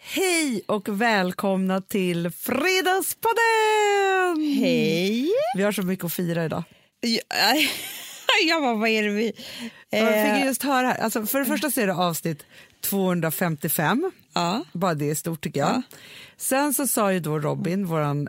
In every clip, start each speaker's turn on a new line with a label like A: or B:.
A: Hej och välkomna till Fredagspodden!
B: Hej!
A: Vi har så mycket att fira idag.
B: Jag, jag bara, vad är det vi...
A: Jag
B: Eh.
A: fick just höra här. Alltså, för det första så är det avsnitt 255.
B: ja.
A: Bara det är stort tycker jag. Sen så sa ju då Robin, vår eh,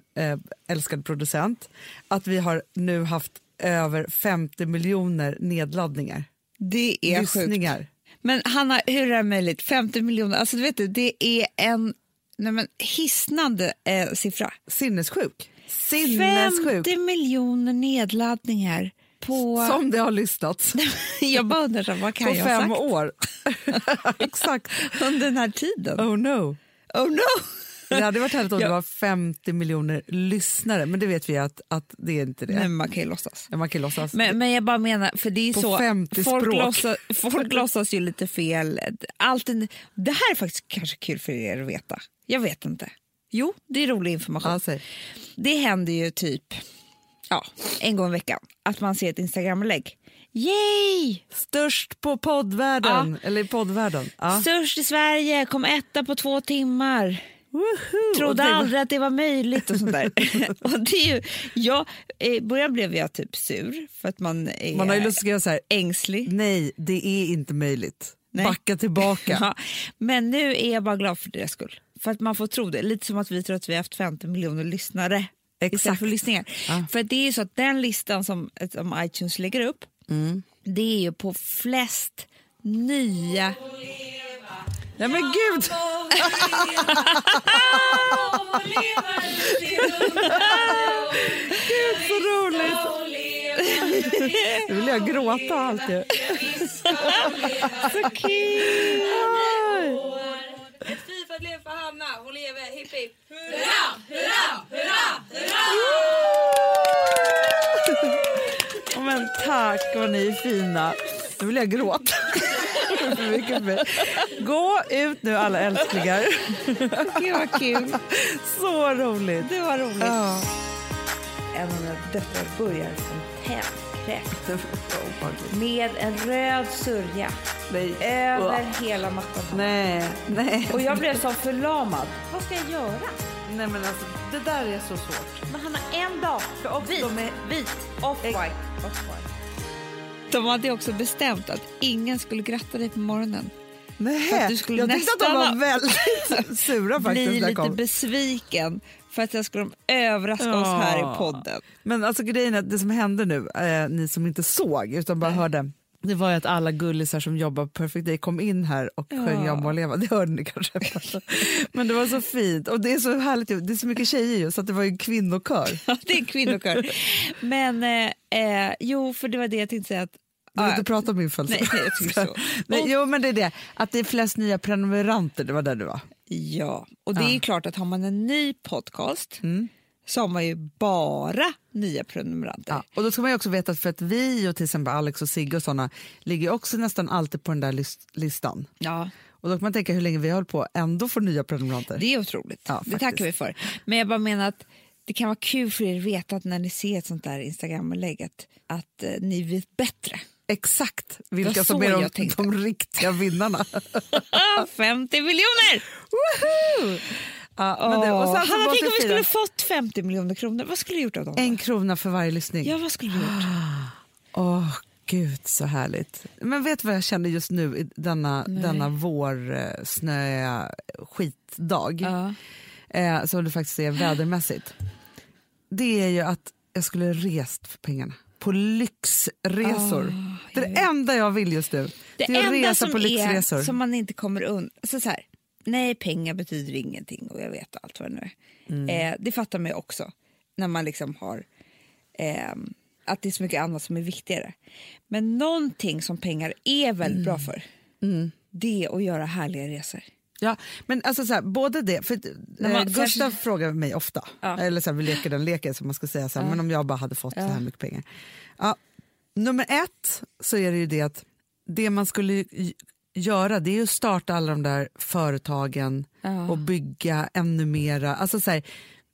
A: älskade producent, att vi har nu haft över 50 miljoner nedladdningar.
B: Det är sjukt.
A: lyssningar.
B: Men Hanna, hur är det möjligt? 50 miljoner, alltså du vet det, det är en nej men, hisnande eh, siffra.
A: Sinnessjuk. Sinnessjuk.
B: 50 miljoner nedladdningar på...
A: Som det har lyssnats
B: jag bara undrar, så här, vad kan
A: på
B: jag ha
A: fem
B: sagt
A: år. Exakt.
B: under den här tiden?
A: Oh no.
B: Oh no!
A: Det hade varit härligt om
B: Ja.
A: det var 50 miljoner lyssnare, men det vet vi att, att det är inte det.
B: Nej, men man kan ju låtsas.
A: Men Man kan låtsas.
B: Men, men jag bara menar, för det är
A: På
B: så,
A: 50
B: folk,
A: språk.
B: Låtsas, folk låtsas ju lite fel. Allt, en- det här är faktiskt kanske kul för er att veta. Jag vet inte. Jo, det är rolig information.
A: Ja, säg.
B: Det händer ju typ ja, en gång i veckan att man ser ett Instagram-lägg. Yay!
A: Störst på poddvärlden, eller i poddvärlden. Ja.
B: Störst i Sverige, kom etta på två timmar.
A: Woohoo! Och
B: Trodde
A: det-
B: aldrig att det var möjligt och sånt där. och det är ju, jag, I början blev jag typ sur för att man är
A: Man har ju lust att skriva så här,
B: ängslig.
A: nej det är inte möjligt.
B: Nej.
A: Backa tillbaka.
B: Ja. Men nu är jag bara glad för deras skull. För att man får tro det. Lite som att vi tror att vi har haft 50 miljoner lyssnare. Istället
A: Exakt.
B: för lyssningar. För det är ju så att den listan som, som iTunes lägger upp, det är ju på flest nya...
A: Nej men gud! gud så roligt! Nu vill jag gråta alltid.
B: Så kul!
C: Fifad lever för Hanna, hon lever, hipp hipp!
A: Ja, men tack vad ni är fina. Nu vill jag gråta. För mycket för mig. Gå ut nu alla älsklingar.
B: Gud vad kul!
A: Så roligt.
B: Det var roligt.
A: Ja.
B: En av mina döttrar börjar som tändkräft med en röd sörja
A: Nej.
B: över hela mattan.
A: Nej, nej.
B: Ehm, Och jag blev så förlamad. Vad ska jag göra?
A: nej men alltså, det där är så svårt.
B: Men han har en dag. vit,
A: de är-
B: vit, off-white. De hade också bestämt att ingen skulle gratta dig på morgonen. För
A: Nej.
B: att du skulle
A: jag tyckte att de
B: nästan
A: var
B: ha-
A: väldigt sura faktiskt.
B: Bli
A: när jag
B: lite
A: kom.
B: besviken för att jag skulle de överraska oss
A: Ja.
B: här i podden.
A: Men alltså grejen är att det som hände nu, eh, ni som inte såg utan bara hörde, det var ju att alla gullisar som jobbar på Perfect Day kom in här och sjöng Jag må leva. Det hörde ni kanske. Men det var så fint och det är så härligt, ju. det är så mycket tjejer ju så att det var ju en kvinnokör.
B: Ja, det är en kvinnokör. Men eh, eh, jo, för det var det jag tänkte säga. Att,
A: Du vill
B: Ah,
A: inte prata om min födelsedag.
B: nej, jag tycker så.
A: Nej, jo men det är det, att det är flest nya prenumeranter, det var där du var.
B: ja, och det är ju klart att har man en ny podcast så har man ju bara nya prenumeranter.
A: Ja, och då ska man ju också veta att för att vi och till exempel Alex och Sigge och sådana ligger ju också nästan alltid på den där list- listan.
B: Ja.
A: Och då kan man tänka hur länge vi höll på ändå får nya prenumeranter.
B: Det är otroligt.
A: Ja,
B: det
A: faktiskt.
B: tackar vi för. Men jag bara menar att det kan vara kul för er att veta att när ni ser ett sånt där Instagram-inlägg att, att eh, ni vet bättre.
A: Exakt vilka
B: var
A: som
B: så
A: är
B: jag
A: de,
B: tänkte.
A: de riktiga vinnarna.
B: Ah, 50 miljoner!
A: ja, men det, och
B: Åh,
A: sen så
B: Hanna,
A: måste
B: tänk om
A: vi
B: vi
A: fira.
B: skulle fått 50 miljoner kronor. Vad skulle du gjort av dem?
A: En krona för varje lyssning. Åh,
B: Ja, vad skulle du gjort?
A: gud så härligt. Men vet du vad jag känner just nu i denna, denna vår eh, snöiga skitdag?
B: Ja.
A: Eh, som det faktiskt är vädermässigt. Det är ju att jag skulle rest för pengarna. På lyxresor. det är det enda jag vill just nu.
B: Det,
A: är att
B: enda
A: resa
B: som,
A: på
B: är,
A: lyxresor.
B: som man inte kommer undan... Så så här, nej, pengar betyder ingenting och jag vet allt vad det nu är.
A: Mm.
B: Eh, det fattar man ju också när man liksom har... ehm, att det är så mycket annat som är viktigare. Men någonting som pengar är
A: Mm.
B: väldigt bra för det är att göra härliga resor.
A: Ja, men alltså så här, både det, för
B: När man-
A: eh, Gustav frågar mig ofta,
B: alltså- Ja.
A: eller så här, vi leker den leken som man ska säga så här, men om jag bara hade fått så här mycket pengar. Ja, nummer ett så är det ju det att det man skulle ju- göra det är ju att starta alla de där företagen och bygga ännu mera. Alltså så här,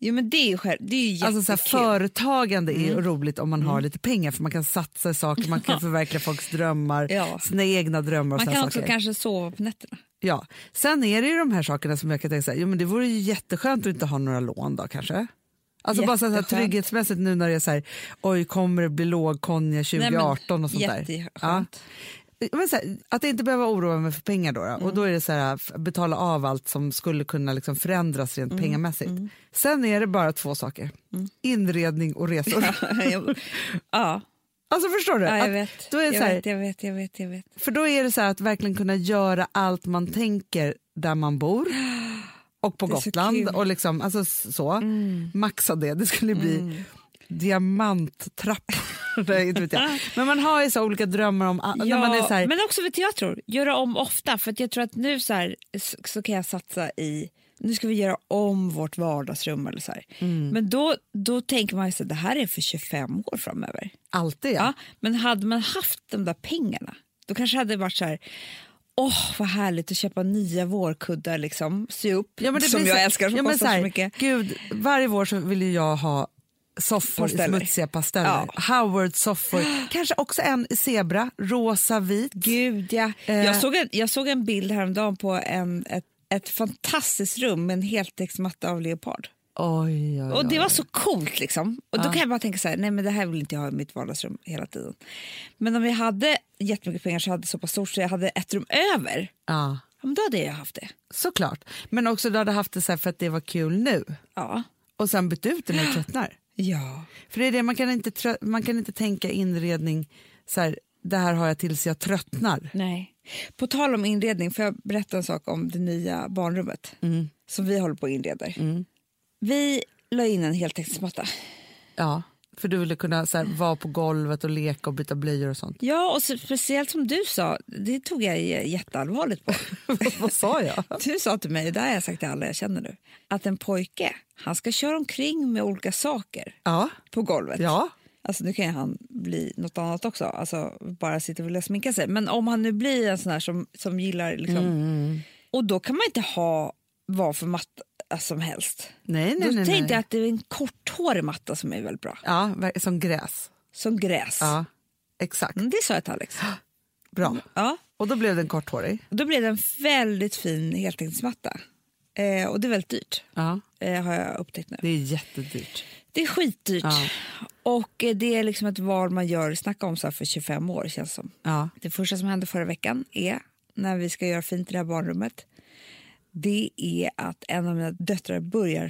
B: Jo, men det är ju, själv, det är ju
A: alltså så här,
B: jättekul. Mm.
A: företagande är ju roligt om man har lite pengar för man kan satsa i saker, man kan förverkliga folks drömmar,
B: Ja.
A: sina egna drömmar och
B: man
A: såna
B: kan också
A: saker.
B: kanske sova på nätterna.
A: Ja. Sen är det ju de här sakerna som jag kan tänka så här, jo, men det vore ju jätteskönt att inte ha några lån då kanske. Alltså bara så här
B: Jätteskönt.
A: trygghetsmässigt nu när det är så här, oj kommer det bli lågkonja 2018 och sånt där. Ja.
B: Jätteskönt.
A: Men så här, att inte behöva oroa mig för pengar då, då.
B: Mm.
A: och då är det så här, f- betala av allt som skulle kunna liksom förändras rent
B: Mm,
A: pengamässigt. Sen är det bara två saker, inredning och resor.
B: Ja. jag- ja.
A: Alltså förstår du?
B: ja, jag
A: Att
B: vet.
A: Då är det
B: jag,
A: så här,
B: vet, jag vet, jag vet, jag vet.
A: För då är det så här att verkligen kunna göra allt man tänker där man bor och på
B: Det är så
A: Gotland
B: kul. Mm.
A: och liksom, alltså s- så. Maxa det, det skulle bli diamanttrappor. Nej, inte vet jag. Men man har ju så olika drömmar om a- när
B: Ja,
A: man är så här,
B: Men också vet du, jag tror, göra om ofta. För att jag tror att nu så, här, så, så kan jag satsa i, nu ska vi göra om vårt vardagsrum eller så här.
A: Mm.
B: Men då, då tänker man ju så här, det här är för 25 år framöver.
A: alltid ja.
B: Ja, men hade man haft de där pengarna, då kanske hade det varit så här, åh vad härligt att köpa nya vårkuddar liksom, sy upp,
A: Ja, men det
B: som
A: blir
B: jag
A: så,
B: älskar som
A: ja, men
B: kostar
A: så
B: så,
A: här,
B: mycket.
A: Gud, varje vår så vill ju jag ha soffor i
B: Pasteller.
A: smutsiga pasteller. Howard-soffor, kanske också en i zebra, rosa, vit.
B: Gud ja.
A: Eh.
B: Jag, såg en, jag såg en bild häromdagen på en, ett, ett fantastiskt rum med en heltäcksmatta av leopard.
A: Oj, oj, oj.
B: Och det var så coolt liksom. Och då kan jag bara tänka så här, nej men det här vill inte jag ha i mitt vardagsrum hela tiden. Men om jag hade jättemycket pengar så hade det så pass stort så jag hade ett rum över,
A: Ja.
B: ja, men då hade jag haft det.
A: Såklart. Men också du hade haft det så här för att det var kul nu
B: Ja.
A: och sen bytt ut det när du tröttnar.
B: Ja.
A: För det är det, man kan inte, trö- man kan inte tänka inredning så här, det här har jag tills jag tröttnar.
B: Nej. På tal om inredning, får jag berätta en sak om det nya barnrummet som vi håller på att inreda? Vi la in en heltäckningsmatta.
A: Ja, för du ville kunna så här, vara på golvet och leka och byta blöjor och sånt.
B: Ja, och så, speciellt som du sa, det tog jag j- jätteallvarligt på.
A: Vad sa jag?
B: Du sa till mig, det här har jag sagt till alla jag känner nu, att en pojke, han ska köra omkring med olika saker
A: Ja,
B: på golvet.
A: ja.
B: Alltså nu kan ju han bli något annat också, alltså bara sitta och vilja sminka sig. Men om han nu blir en sån här som, som gillar liksom...
A: Mm,
B: Och då kan man inte ha vad för matta som helst.
A: Nej, nej,
B: då
A: nej.
B: tänkte
A: nej.
B: jag att det är en korthårig matta som är väldigt bra,
A: Ja, ver- som gräs.
B: som gräs.
A: Ja, exakt.
B: Mm, det sa jag till Alex.
A: Bra.
B: Ja,
A: Och då blev den korthårig.
B: och då blev det en väldigt fin heltäckningsmatta. Eh, och det är väldigt dyrt,
A: Ja,
B: eh, har jag upptäckt nu.
A: det är jättedyrt.
B: Det är skitdyrt.
A: Ja.
B: Och eh, det är liksom ett val man gör, snacka om så här för 25 år känns det som.
A: Ja.
B: Det första som hände förra veckan är, när vi ska göra fint i det här barnrummet, det är att en av mina döttrar börjar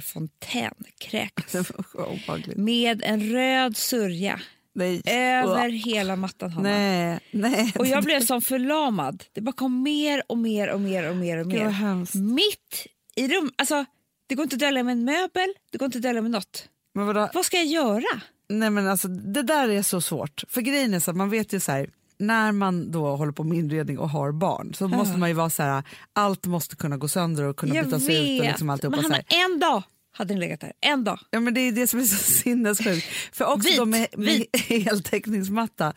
B: fontänkräkas
A: Obehagligt. Eh,
B: med en röd sörja
A: Nej.
B: över hela mattan. Hanna.
A: Nej, nej.
B: Och jag blev som förlamad. Det bara kom mer och mer och mer och mer och
A: Gud, vad
B: mer.
A: hemskt.
B: Mitt i rum, alltså det går inte att dölja med en möbel, det går inte att dölja med något.
A: Men vadå?
B: Vad ska jag göra?
A: Nej men alltså det där är så svårt. För grejen är så att man vet ju så här, när man då håller på med inredning och har barn så måste man ju vara så här, allt måste kunna gå sönder och kunna
B: Jag
A: bytas ut och liksom alltihopa.
B: men
A: så
B: Hanna,
A: här.
B: en dag hade den legat där. En dag.
A: Ja men det är det som är så sinnessjukt. För också
B: Vit,
A: då med, med heltäckningsmatta,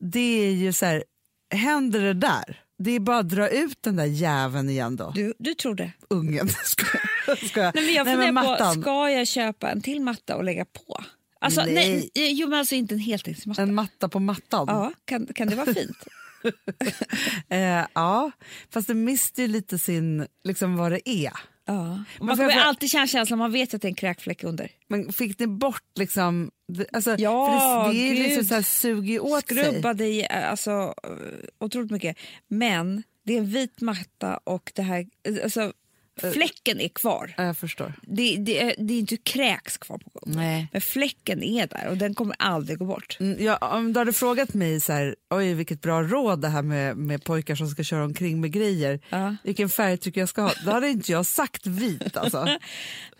A: det är ju så här, händer det där, det är bara att dra ut den där jäveln igen då.
B: Du, du trodde.
A: Ungen, ska jag? Ska jag?
B: Nej, men jag
A: Nej,
B: funderar
A: men mattan,
B: på, ska jag köpa en till matta och lägga på? Alltså, nej.
A: Nej. Mm.
B: jo, men alltså inte en heltäckningsmatta.
A: en matta på mattan.
B: Ja, kan, kan det vara fint?
A: Eh, ja, fast det mister ju lite sin, liksom vad det är.
B: ja. Man
A: får jag
B: kommer
A: bara-
B: alltid känna känslan, man vet att det är en kräkfläck under.
A: Men fick ni bort liksom... det- Alltså,
B: Ja,
A: för det, det är ju
B: gud.
A: liksom så här, suger ju åt sig.
B: Skrubbade i, eh, alltså, eh, otroligt mycket. Men det är en vit matta och det här, eh, alltså, fläcken är kvar.
A: Ja, jag förstår.
B: Det, det, är- det är inte kräks kvar på golvet.
A: Nej.
B: Men fläcken är där och den kommer aldrig gå bort.
A: Mm, Ja, om du hade frågat mig så här, oj vilket bra råd det här med, med pojkar som ska köra omkring med grejer,
B: Ja.
A: vilken färg tycker jag ska ha? Då hade inte jag sagt vit alltså.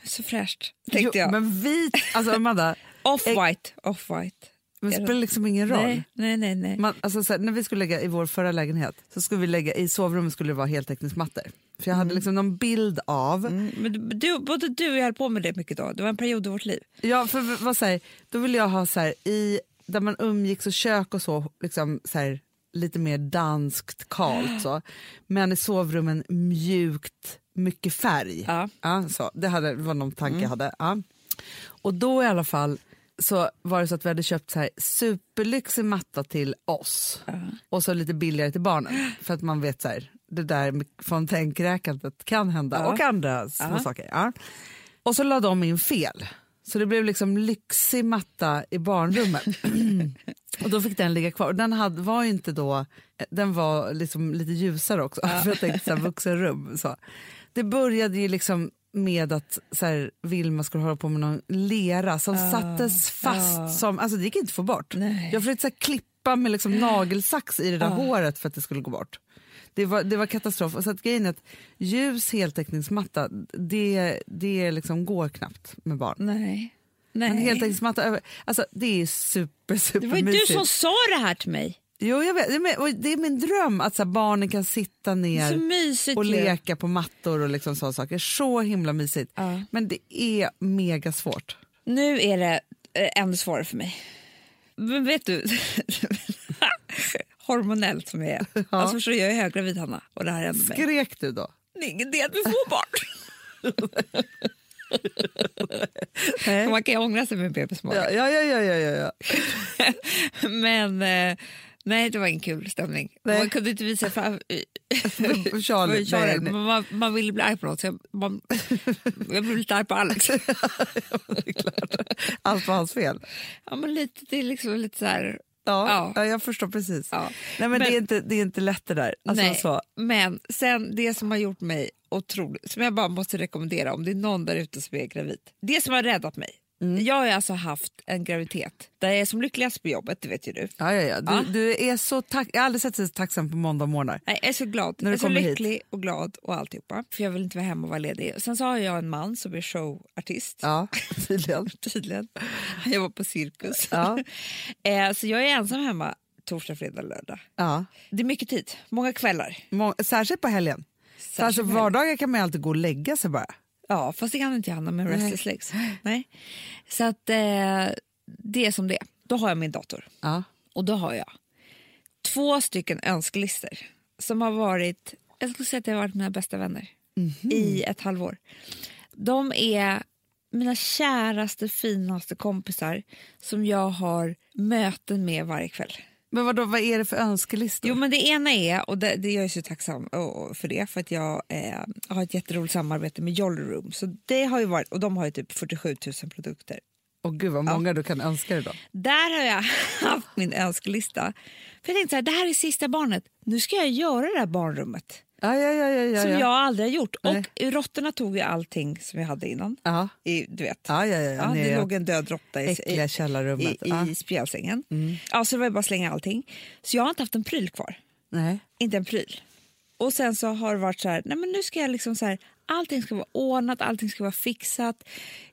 B: Så fräscht, tänkte jag.
A: Men vit, alltså Amanda,
B: Off-white, off-white.
A: men det
B: Är det-
A: spelar liksom ingen roll.
B: Nej, nej, nej. nej.
A: Man, alltså, så här, när vi skulle lägga i vår förra lägenhet så skulle vi lägga i sovrummet skulle det vara heltäckningsmattor. För jag hade liksom någon bild av
B: Mm, Men du- du, både du och jag höll på med det mycket då. Det var en period i vårt liv.
A: Ja, för v- vad säger, då vill jag ha så här, i, där man umgicks och kök och så, liksom så här, lite mer danskt kalt så. Men i sovrummen mjukt, mycket färg.
B: Ja.
A: så. Det hade, var någon tanke
B: Mm.
A: jag hade. Ja. Och då i alla fall så var det så att vi hade köpt så här superlyxig matta till oss och så lite billigare till barnen för att man vet så här, det där med fontänkräkandet kan hända
B: Ja.
A: och andra små
B: Ja.
A: saker. Ja. Och så la de in fel. Så det blev liksom lyxig matta i barnrummet. och då fick den ligga kvar. Och Den hade, var ju inte då, den var liksom lite ljusare också. För jag tänkte så här, vuxenrum. Så. Det började ju liksom med att så här, Vilma skulle hålla på med någon lera som sattes fast. Som, alltså det gick inte att få bort.
B: Nej.
A: Jag försökte så här, klippa med liksom, nagelsax i det där håret för att det skulle gå bort. Det var, det var katastrof. Och så att grejen är att ljus heltäckningsmatta, det, det liksom går knappt med barn.
B: Nej. Nej.
A: En heltäckningsmatta, över- alltså, det är super, super
B: det var ju du
A: mysigt.
B: som sa det här till mig.
A: Jo, jag vet. Det är min- och Det är min dröm att så här, barnen kan sitta
B: Så
A: ner
B: mysigt
A: och
B: ju.
A: leka på mattor och liksom sådana saker. Så himla mysigt.
B: Ja.
A: Men det är mega svårt.
B: Nu är det eh, ännu svårare för mig. Men vet du, hormonellt som jag är. Alltså förstår du, jag är höggravid Hanna och det här händer mig.
A: Skrek du då?
B: Det är ingen idé att vi får barn. Man kan ju ångra sig med bebismage.
A: Ja, ja, ja, ja, ja, ja.
B: Men eh, nej, det var ingen kul stämning.
A: Nej.
B: Man kunde inte visa fram... eh,
A: ja. Charlie,
B: För Charlie.
A: nej, nej.
B: Men Man, man ville bli arg på något. så Jag, man, jag blev lite arg på Alex.
A: Alltså. allt var hans fel.
B: Ja, men lite, det är liksom lite så här...
A: Ja, ja.
B: Ja.
A: jag förstår precis.
B: Ja.
A: Nej, men,
B: Men-
A: det, är inte, det är inte lätt det där. Alltså,
B: nej.
A: Så,
B: Men sen det som har gjort mig otroligt, som jag bara måste rekommendera om det är någon där ute som är gravid. Det som har räddat mig.
A: Mm.
B: Jag har ju alltså haft en graviditet där jag är som lyckligast på jobbet, det vet ju du.
A: ja, ja, ja. Du,
B: Ja.
A: du är så tack... Jag har aldrig sett dig så tacksam på måndagmorgnar.
B: Nej, jag är så glad.
A: När du
B: jag är så
A: kommer hit.
B: lycklig och glad och alltihopa. För jag vill inte vara hemma och vara ledig. Sen så har jag en man som är showartist.
A: Ja, tydligen.
B: Tydligen. Han jobbar på cirkus.
A: Ja.
B: eh, så jag är ensam hemma torsdag, fredag, lördag.
A: Ja.
B: Det är mycket tid, många kvällar.
A: Må- Särskilt på helgen. För alltså,
B: Särskilt-
A: vardagar kan man ju alltid gå och lägga sig bara.
B: Ja, fast det kan inte Hanna med restless legs. Nej. Så att eh, det är som det är. Då har jag min dator
A: Ja.
B: och då har jag två stycken önskelistor som har varit, jag skulle säga att det har varit mina bästa vänner i ett halvår. De är mina käraste, finaste kompisar som jag har möten med varje kväll.
A: Men vadå, vad är det för önskelistor?
B: Jo, men det ena är, och det, det är jag är så tacksam åh, för det, för att jag eh, har ett jätteroligt samarbete med Jolly Room. Så det har ju varit, och de har ju typ 47 000 produkter.
A: Och gud vad många du kan önska dig då.
B: Där har jag haft min önskelista. För jag tänkte så här, det här är sista barnet. Nu ska jag göra det här barnrummet
A: Ja, ja, ja, ja, ja,
B: som
A: ja.
B: jag aldrig har gjort.
A: Nej.
B: Och råttorna tog ju allting som jag hade innan.
A: Ja.
B: I, du vet.
A: Ja, ja, ja,
B: Ja,
A: ni
B: det
A: är-
B: låg en död råtta i,
A: äckliga
B: i,
A: källarrummet.
B: i,
A: Ja. Mm.
B: i spjälsängen. Ja, så det var ju bara att slänga allting. Så jag har inte haft en pryl kvar.
A: Nej.
B: inte en pryl. Och sen så har det varit så här, nej men nu ska jag liksom så här, allting ska vara ordnat, allting ska vara fixat.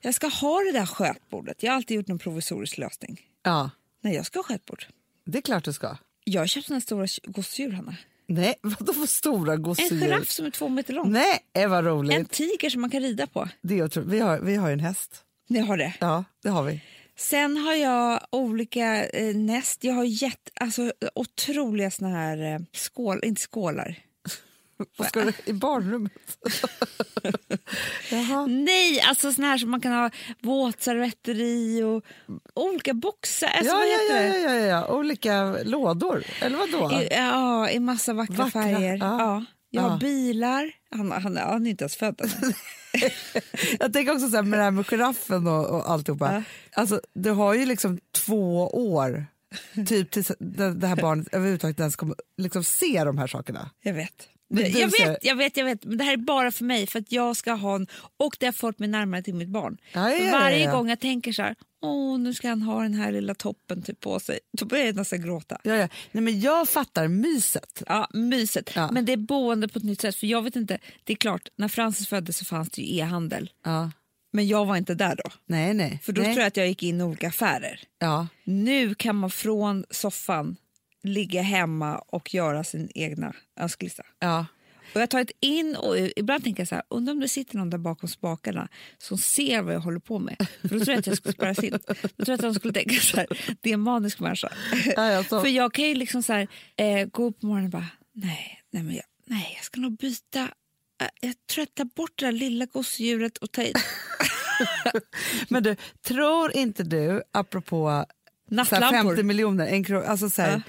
B: Jag ska ha det där skötbordet. Jag har alltid gjort någon provisorisk lösning.
A: Ja,
B: Nej, jag ska ha skötbord.
A: det är klart du ska.
B: Jag har köpt såna här stora tj- gosedjur, Hanna.
A: Nej, vadå för stora
B: En
A: gosedjur?
B: giraff som är två meter lång.
A: Nej, eh, vad
B: En
A: roligt.
B: tiger som man kan rida på.
A: Det är otroligt. Vi, har, vi har ju en häst.
B: Ni har det.
A: Ja, det har vi.
B: Sen har jag olika eh, näst. Jag har gett, alltså otroliga såna här eh, skål, inte skålar.
A: Vad ska du, I barnrummet? Jaha.
B: Nej, alltså såna här som man kan ha våtservetter i och olika boxar. Alltså,
A: Ja,
B: vad
A: ja, ja,
B: heter
A: ja,
B: det?
A: ja, ja, olika lådor. Eller vadå?
B: I, ja, i massa vackra,
A: Vackra,
B: färger.
A: ja.
B: Ja. Jag
A: Ja.
B: har bilar. Han, han, han är inte ens född. än.
A: Jag tänker också så här med det här med giraffen och, och alltihopa. Alltså, du har ju liksom två år typ tills det, det här barnet överhuvudtaget ens kommer liksom se de här sakerna.
B: Jag vet.
A: Men du
B: Jag
A: ser-
B: vet, jag vet, jag vet. Men det här är bara för mig, för att jag ska ha en... Och det har fått mig närmare till mitt barn.
A: Ja, ja, ja,
B: Varje
A: ja.
B: gång jag tänker så här, åh, nu ska han ha den här lilla toppen typ på sig, då börjar jag nästan gråta.
A: Ja, ja. Nej, men jag fattar myset.
B: Ja, myset.
A: Ja.
B: Men det är boende på ett nytt sätt. För jag vet inte, det är klart, när Francis föddes så fanns det ju e-handel.
A: Ja.
B: Men jag var inte där då.
A: Nej, nej.
B: För då
A: nej.
B: tror jag att jag gick in i olika affärer.
A: Ja.
B: Nu kan man från soffan ligga hemma och göra sin egna önskelista.
A: Ja.
B: Och jag har tagit in och ut- ibland tänker jag så här, undrar om det sitter någon där bakom spakarna som ser vad jag håller på med. För då tror jag att jag skulle spara in. Då tror jag att de skulle tänka så här, det är en manisk människa.
A: Ja, ja, så.
B: För jag kan ju liksom så här, eh, gå upp på morgonen och bara, nej, nej, men jag, nej, jag ska nog byta. Eh, Jag tror jag tar bort det där lilla gosedjuret och tar in
A: Men du, tror inte du, apropå så här
B: nattlampor.
A: 50 miljoner, en kro- alltså så här,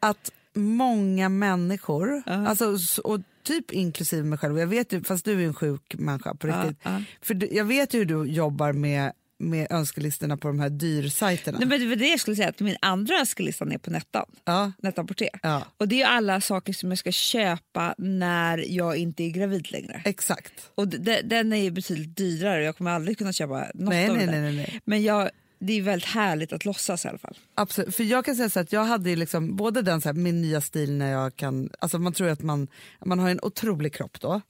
A: att många människor,
B: Ja.
A: alltså, s- och typ inklusive mig själv, jag vet ju, fast du är en sjuk människa på
B: Ja,
A: riktigt.
B: ja.
A: För du, jag vet ju hur du jobbar med, med önskelistorna på de här dyrsajterna.
B: Nej, men det var det jag skulle säga, att min andra önskelista är på Nettan.
A: Ja,
B: Nettan Porté.
A: ja,
B: Och det är ju alla saker som jag ska köpa när jag inte är gravid längre.
A: exakt.
B: Och d- d- den är ju betydligt dyrare och jag kommer aldrig kunna köpa något
A: Nej,
B: av
A: nej,
B: det.
A: nej, nej, nej.
B: Men jag, det är väldigt härligt att låtsas i alla fall.
A: Absolut. För jag kan säga så här att jag hade ju liksom både den så här, min nya stil när jag kan, alltså man tror ju att man, man har en otrolig kropp då.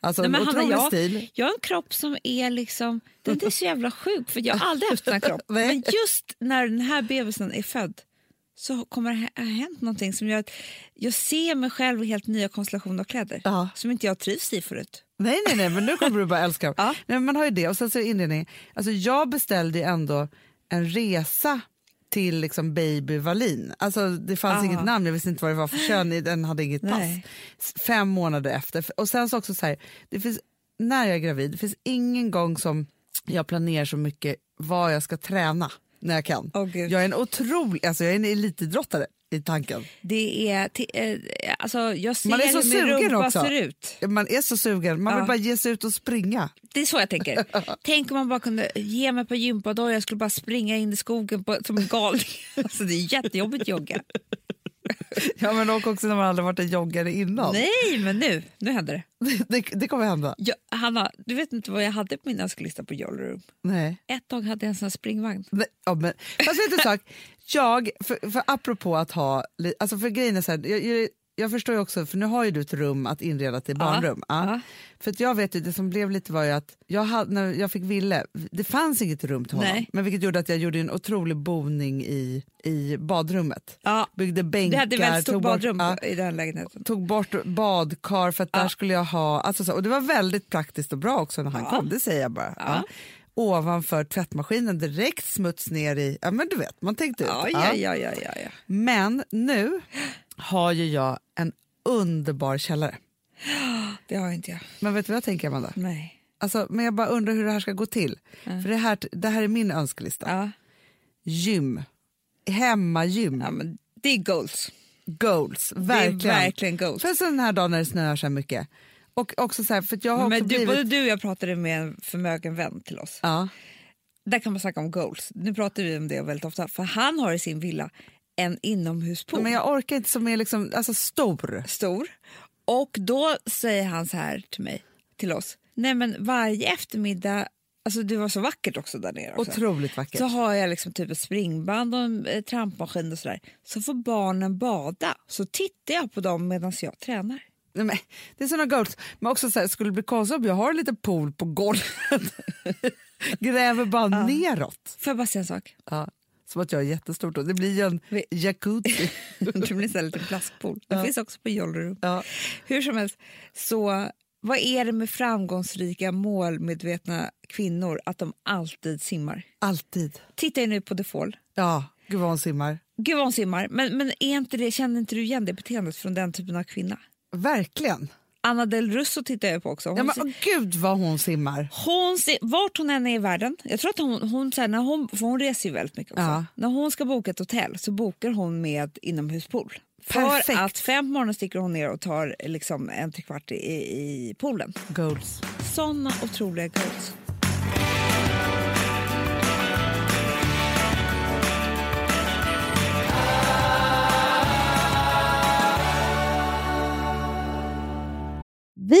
A: Alltså
B: Nej, men
A: en
B: Hanna,
A: otrolig
B: jag,
A: stil.
B: jag har en kropp som är liksom, den är inte så jävla sjuk för jag har aldrig haft den här kroppen.
A: Nej.
B: Men just när den här bebisen är född så kommer det ha ha hänt någonting som gör att jag ser mig själv i helt nya konstellationer av kläder
A: Ja.
B: som inte jag trivs i förut.
A: Nej, nej, nej, men nu kommer du bara älska dem.
B: Ja.
A: Nej, men man har ju det. Och sen så är inredningen. Alltså, jag beställde ju ändå en resa till liksom Baby Wallin. Alltså, det fanns
B: Ah.
A: inget namn, jag visste inte vad det var för kön, den hade inget
B: Nej.
A: pass. S- Fem månader efter. Och sen så också så här, det finns, när jag är gravid, det finns ingen gång som jag planerar så mycket vad jag ska träna när jag kan.
B: Åh, Gud.
A: jag är en otrolig, alltså jag är en elitidrottare i tanken.
B: Det är, ti- eh, alltså, jag ser
A: Man är så
B: hur min
A: sugen
B: rumpa
A: också.
B: ser ut.
A: Man är så sugen, man
B: Ja.
A: vill bara ge sig ut och springa.
B: Det är så jag tänker. Tänk om man bara kunde ge mig på gympadojor, jag skulle bara springa in i skogen på, som en galning. Alltså, det är jättejobbigt att jogga.
A: Ja, men och också när man aldrig varit en joggare innan.
B: Nej, men nu, nu händer det.
A: Det, det kommer hända.
B: Jag, Hanna, du vet inte vad jag hade på min önskelista på Jolly Room.
A: Nej.
B: Ett tag hade jag en sån här springvagn.
A: Nej, ja, men, fast vet du en sak? Jag, för, för apropå att ha... li- Alltså för grejen är så här, jag, jag, jag förstår ju också, för nu har ju du ett rum att inreda till barnrum. Ja.
B: ja.
A: För att jag vet ju, det som blev lite var ju att jag hade, när jag fick Ville, det fanns inget rum till honom.
B: Nej.
A: Men vilket gjorde att jag gjorde en otrolig boning i, i badrummet.
B: Ja,
A: Byggde
B: vi
A: bänkar,
B: hade väldigt stort
A: tog bort-
B: badrum
A: ja,
B: i den lägenheten.
A: tog bort badkar för att där skulle jag ha... Alltså så, och Det var väldigt praktiskt och bra också när han kom, det säger jag bara. Ja. Ovanför tvättmaskinen, direkt smuts ner i... Ja, men du vet, man tänkte ut.
B: Ja, ja, ja, ja, ja, ja.
A: Men nu har ju jag en underbar källare.
B: Det har inte jag.
A: Men vet du vad jag tänker, Amanda?
B: Nej.
A: Alltså, men jag bara undrar hur det här ska gå till. För det här, det här är min önskelista.
B: Ja.
A: Gym. Hemmagym.
B: Ja, men det är goals.
A: Goals. Verkligen.
B: Det är verkligen goals.
A: För en sån här dag när det snöar så här mycket. Och också så här, för att jag har
B: Men
A: också
B: du,
A: blivit...
B: både du och jag pratade med en förmögen vän till oss.
A: Ja.
B: Där kan man snacka om goals. Nu pratar vi om det väldigt ofta. För han har i sin villa en inomhuspool.
A: Men jag orkar inte som är liksom, alltså stor.
B: stor. Och då säger han så här till mig, till oss. Nej men varje eftermiddag, alltså det var så vackert också där nere. Också.
A: Otroligt vackert.
B: Så har jag liksom typ ett springband och en eh, trampmaskin och sådär. Så får barnen bada. Så tittar jag på dem medan jag tränar.
A: Nej, men, det är såna goals. Men också så här, skulle det bli konstigt om jag har en liten pool på golvet. Gräver bara neråt.
B: Får jag bara säga en sak?
A: Ja. Som att jag är jättestort då. Det blir ju en
B: Vi-
A: jacuzzi.
B: det blir så här lite plaskpool. Det finns också på Jollerum.
A: Ja.
B: Hur som helst, så vad är det med framgångsrika målmedvetna kvinnor att de alltid simmar?
A: Alltid.
B: Titta ju nu på The Fall.
A: Ja, gud vad hon simmar.
B: Gud vad hon simmar. Men, men är inte det, känner inte du igen det beteendet från den typen av kvinna?
A: Verkligen.
B: Anna Del Russo tittar jag på också. Hon,
A: Ja, men,
B: si-
A: åh, gud vad hon simmar.
B: hon, si- vart hon än är i världen, jag tror att hon, hon, så här, när hon, för hon reser ju väldigt mycket också.
A: Ja.
B: När hon ska boka ett hotell så bokar hon med inomhuspool. För
A: Perfekt.
B: att fem på morgonen sticker hon ner och tar eh, liksom, en trekvart i, i poolen.
A: Goals.
B: Såna otroliga goals.
D: Vi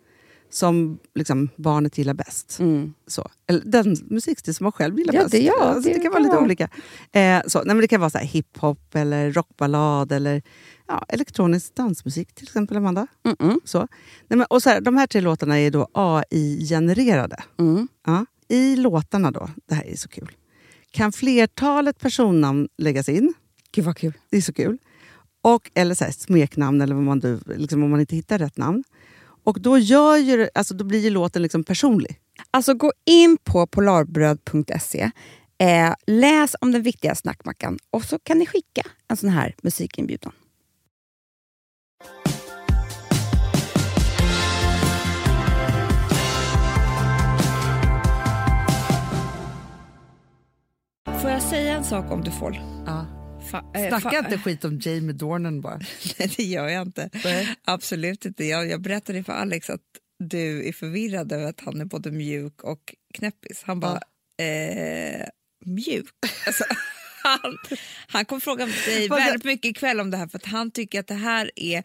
E: som liksom, barnet gillar bäst. Så. Eller den musikstil som man själv gillar
B: Mm. Ja,
E: bäst.
B: det- ja,
E: alltså, det,
B: det
E: kan vara
B: kan
E: lite
B: vara.
E: olika. Eh, så. Nej, men det kan vara så här hiphop, eller rockballad eller ja, elektronisk dansmusik till exempel, Amanda.
B: Mm-mm.
E: Så. Nej, men, och så här, de här tre låtarna är då AI-genererade.
B: Mm.
E: Ja. I låtarna då, det här är så kul, kan flertalet personnamn läggas in.
B: Gud vad kul.
E: Det är så kul. Och, eller så här, smeknamn, eller vad man, du- liksom, om man inte hittar rätt namn. Och då, gör ju, det- alltså, då blir ju låten liksom personlig.
B: Alltså gå in på polarbröd.se, eh, läs om den viktiga snackmackan och så kan ni skicka en sån här musikinbjudan.
F: Får jag säga en sak om Dufoll?
A: Ja.
F: Fa, eh,
A: Snacka
F: fa-
A: inte skit om Jamie Dornan bara.
F: Nej, det gör jag inte.
A: Nej.
F: Absolut inte. Jag, jag berättade för Alex att du är förvirrad över att han är både mjuk och knäppis. Han bara, eh, mjuk? Alltså, han, han kommer fråga dig
E: Vad-
F: väldigt mycket ikväll om det här för att han tycker att det här är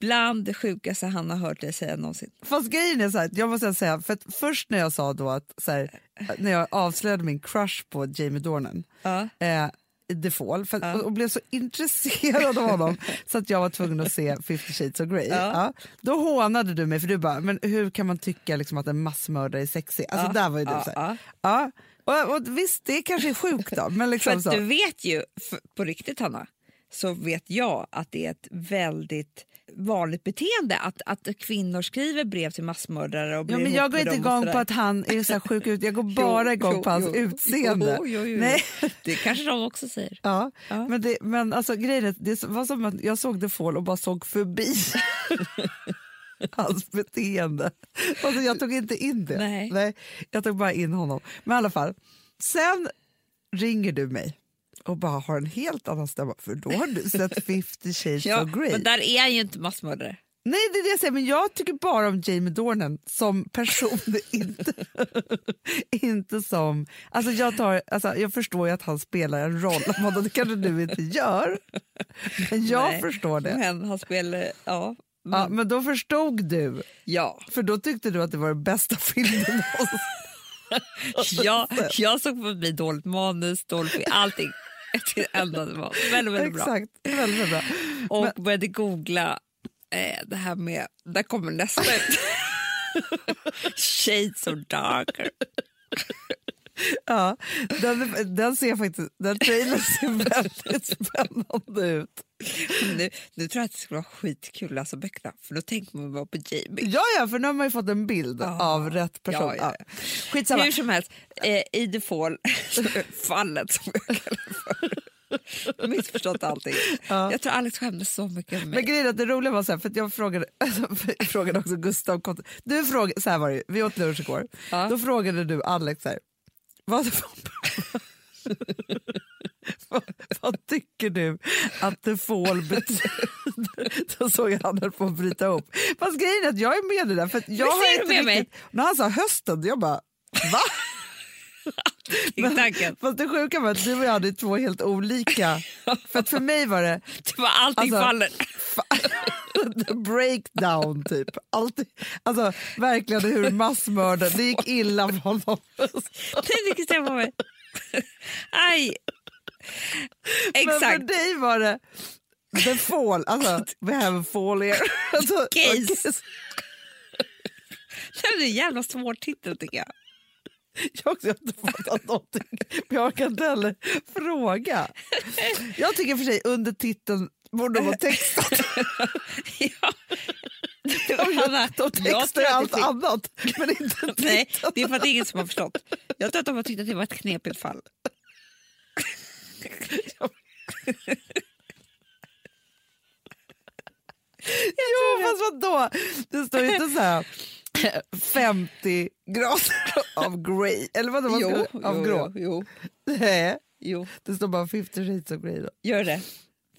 F: bland det sjukaste han har hört dig säga någonsin.
A: Fast grejen är så här, jag måste säga, för att först när jag sa då att, så här, när jag avslöjade min crush på Jamie Dornan,
F: Ja.
A: eh, i Defaul, för att, och, och blev så intresserad av honom så att jag var tvungen att se 50 shades of Grey. Ja. Då hånade du mig för du bara, men hur kan man tycka liksom att en massmördare är sexig? Alltså där var ju du
F: ja,
A: så här.
F: ja.
A: Ja. Och, och visst, det kanske är sjukt då, men
F: För
A: liksom
F: att
A: så.
F: du vet ju, för, på riktigt Hanna, så vet jag att det är ett väldigt vanligt beteende att, att kvinnor skriver brev till massmördare och blir
A: Ja, men
F: ihop
A: jag går
F: med
A: inte
F: dem och
A: igång
F: sådär.
A: på att han är så här sjuk ut. Jag går
F: Jo,
A: bara igång
F: jo,
A: på hans
F: jo.
A: utseende.
F: Jo, jo, jo, jo.
A: Nej.
F: Det kanske de också säger.
A: Ja,
F: Ja.
A: Men, det, men alltså, grejen är, att det var som att jag såg The Fall och bara såg förbi hans beteende. Alltså, jag tog inte in det.
F: Nej.
A: jag tog bara in honom. Men i alla fall, sen ringer du mig och bara har en helt annan stämma för då har du sett 50 shades
B: Ja,
A: of Grey.
B: men där är han ju inte massmördare.
A: Nej, det är det jag säger, men jag tycker bara om Jamie Dornan som person. inte, inte som... Alltså jag, tar, alltså jag förstår ju att han spelar en roll, Amanda, det kanske du inte gör. Men jag
B: Nej, Mm.
A: förstår det.
B: Men han spelar... Ja. Men,
A: Ja, men då förstod du,
B: ja.
A: för då tyckte du att det var den bästa filmen någonsin. Alltså,
B: Jag, jag såg förbi dåligt manus, dåligt allting. Jag tyckte ändå att det var väldigt, väldigt bra.
A: Exakt, väldigt, väldigt bra.
B: och började googla eh, det här med... Där kommer nästa ut. Shades of darker.
A: Ja, den, den ser faktiskt, den trailern ser väldigt spännande ut.
B: Nu, nu tror jag att det skulle vara skitkul att läsa böckerna, för då tänker man bara på Jamie.
A: Ja, ja, för nu har man ju fått en bild
B: Ah,
A: av rätt person.
B: ja, ja.
A: Ja. Skitsamma.
B: Hur som helst, eh, i the fall, fallet som jag kallar det för. Missförstått allting. Jag tror Alex skämdes så mycket med mig.
A: Men grejen är att det roliga var så här, för att jag frågade, jag frågade också Gustav Kont- Du frågade, så här var det ju, vi åt lunch igår.
B: Ja.
A: Då frågade du Alex så här, vad, vad, vad tycker du att the fall betyder? Då såg jag han höll på att bryta upp. Fast grejen är att jag är med i det där. För att jag
B: Visst är
A: har
B: du
A: inte
B: med mig?
A: riktigt, När han sa hösten, jag bara va?
B: Men, tanken.
A: Fast det sjuka var att du och jag hade två helt olika. För att för mig var det
B: Det var allting
A: Alltså,
B: faller.
A: The breakdown, typ. Allt, alltså, verkligen hur massmördaren... Det gick illa för honom.
B: Nej, vilket stämmer mig. Aj.
A: Men för
B: Exakt.
A: dig var det the fall. Alltså, we have a fall here. Alltså,
B: Case. Det är en jävla svår titel tycker jag.
A: Jag har också inte fattat någonting, men jag kan inte heller fråga. Jag tycker för sig under titeln borde de ha textat.
B: Ja. Hanna,
A: De textar
B: jag tror
A: ju
B: att det
A: allt
B: fin-
A: annat, men inte
B: Nej,
A: titeln.
B: det är för att det är ingen som har förstått. Jag tror att de har tyckt att det var ett knepigt fall.
A: Jo, fast vadå? Det står ju inte så här 50 grader av grey. Eller vadå? Vad ska,
B: jo,
A: av grå.
B: jo, jo,
A: Nej,
B: jo.
A: det står bara 50 shades of grey. Då.
B: Gör det.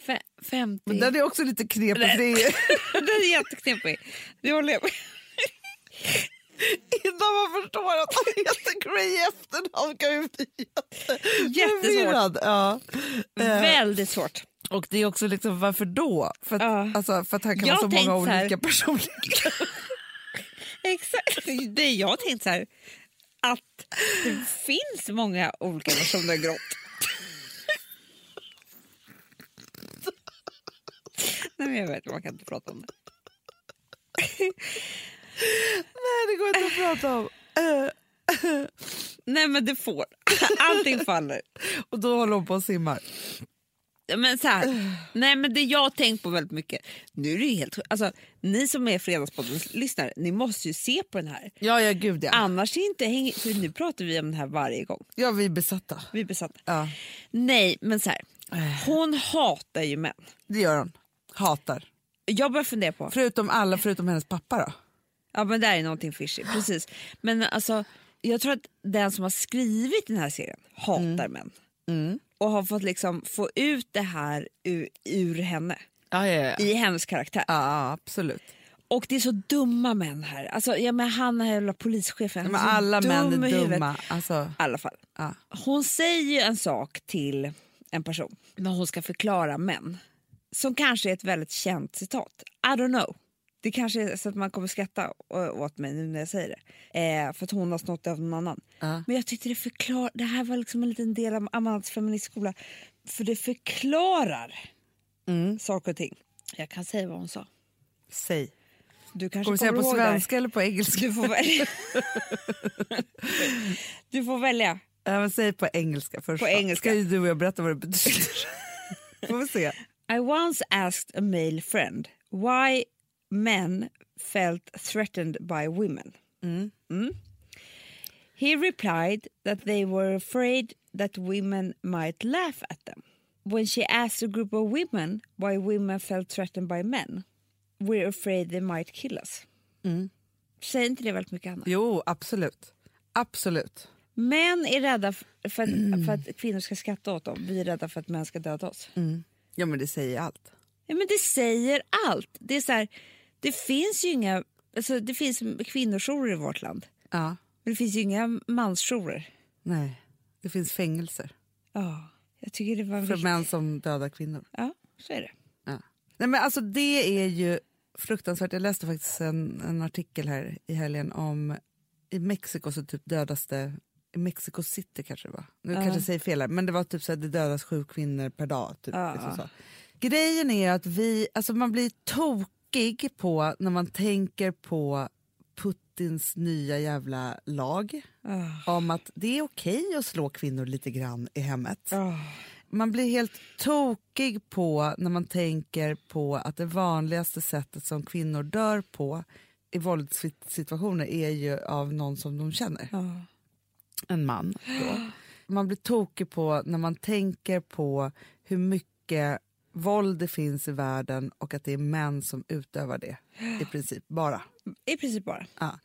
B: Fe- 50.
A: Men den är också lite knepig.
B: Nej.
A: för Det är,
B: Den är jätteknepig. Det håller jag med
A: innan man förstår att han heter grey i efternamn kan ju bli
B: Jättesvårt.
A: jätteförvirrad. Ja. Eh,
B: Väldigt svårt.
A: Och det är också liksom, varför då? För att,
B: Ja.
A: alltså, för att han kan
B: Jag
A: ha så
B: har
A: många
B: tänkt så
A: olika
B: här-
A: personligheter.
B: Exakt. Det är jag tänkte så här, att det finns många olika versioner av grått. Nej, men jag vet, man kan inte prata om det.
A: Nej, det går inte att prata om. Eh,
B: Nej, men det får. Allting faller.
A: Och då håller hon på och simmar.
B: Men så här, nej men det jag har tänkt på väldigt mycket, nu är det ju helt alltså, ni som är Fredagspoddens lyssnare, ni måste ju se på den här.
A: Ja, ja, gud ja.
B: Annars är inte häng, för nu pratar vi om den här varje gång.
A: Ja, vi är besatta.
B: Vi är besatta.
A: Ja, Äh.
B: Nej, men så här, hon hatar ju män.
A: det gör hon. Hatar.
B: Jag börjar fundera på,
A: Förutom alla, förutom hennes pappa då.
B: ja men där är någonting fishy, precis. Men alltså, jag tror att den som har skrivit den här serien hatar
A: Mm.
B: män. Och har fått liksom få ut det här ur, ur henne,
A: Ja, ja, ja.
B: i hennes karaktär.
A: ja absolut.
B: Och det är så dumma män här. Alltså, ja, men han är jävla polischefen.
A: Men
B: han så
A: alla
B: dum
A: män
B: i
A: är
B: huvudet.
A: dumma. Alltså,
B: I alla fall.
A: ja.
B: Hon säger ju en sak till en person när hon ska förklara män. Som kanske är ett väldigt känt citat. I don't know. Det kanske är så att man kommer skratta å- åt mig nu när jag säger det. Eh, för att hon har snott det av någon annan.
A: Ja.
B: Men jag tyckte det förklarar. Det här var liksom en liten del av Amandas feministskola. För det förklarar
A: Mm.
B: saker och ting. Jag kan säga vad hon sa.
A: Säg.
B: Du kanske
A: Kommer du
B: kommer,
A: säga på
B: ihåg det här.
A: svenska eller på engelska?
B: Du får välja. du får välja.
A: Ja, men säg på engelska först.
B: På
A: då.
B: engelska.
A: Ska ju du och jag berätta vad det betyder? Får vi se.
B: I once asked a male friend why men felt threatened by women. Mm. He replied that they were afraid that women might laugh at them. When she asked a group of women why women felt threatened by men, we're afraid they might kill us. Säger inte det väldigt mycket annat?
A: Jo, absolut. Absolut.
B: Män är rädda f- för att,
A: Mm.
B: för att kvinnor ska skratta åt dem. Vi är rädda för att män ska döda oss.
A: Ja, men det säger allt.
B: Ja, men det säger allt. Det, är så här, det finns ju inga... Alltså, det finns kvinnojourer i vårt land,
A: Ja,
B: men det finns ju inga mansjourer.
A: nej. Det finns fängelser
B: Ja, jag tycker det var
A: för
B: viktigt.
A: män som dödar kvinnor.
B: Ja, så är det.
A: Ja. Nej, men alltså, det är ju fruktansvärt. Jag läste faktiskt en, en artikel här i helgen om i Mexiko så typ dödas det i Mexico City kanske det var. Nu kanske jag säger fel här, men det var typ så här, det dödas sju kvinnor per dag. Typ, liksom så. Grejen är att vi, alltså man blir tokig på när man tänker på Putins nya jävla lag om att det är okej att slå kvinnor lite grann i hemmet. Man blir helt tokig på när man tänker på att det vanligaste sättet som kvinnor dör på i våldssituationer är ju av någon som de känner. En man. Då. Man blir tokig på när man tänker på hur mycket våld det finns i världen och att det är män som utövar det i princip bara.
B: I princip bara.
A: Ja.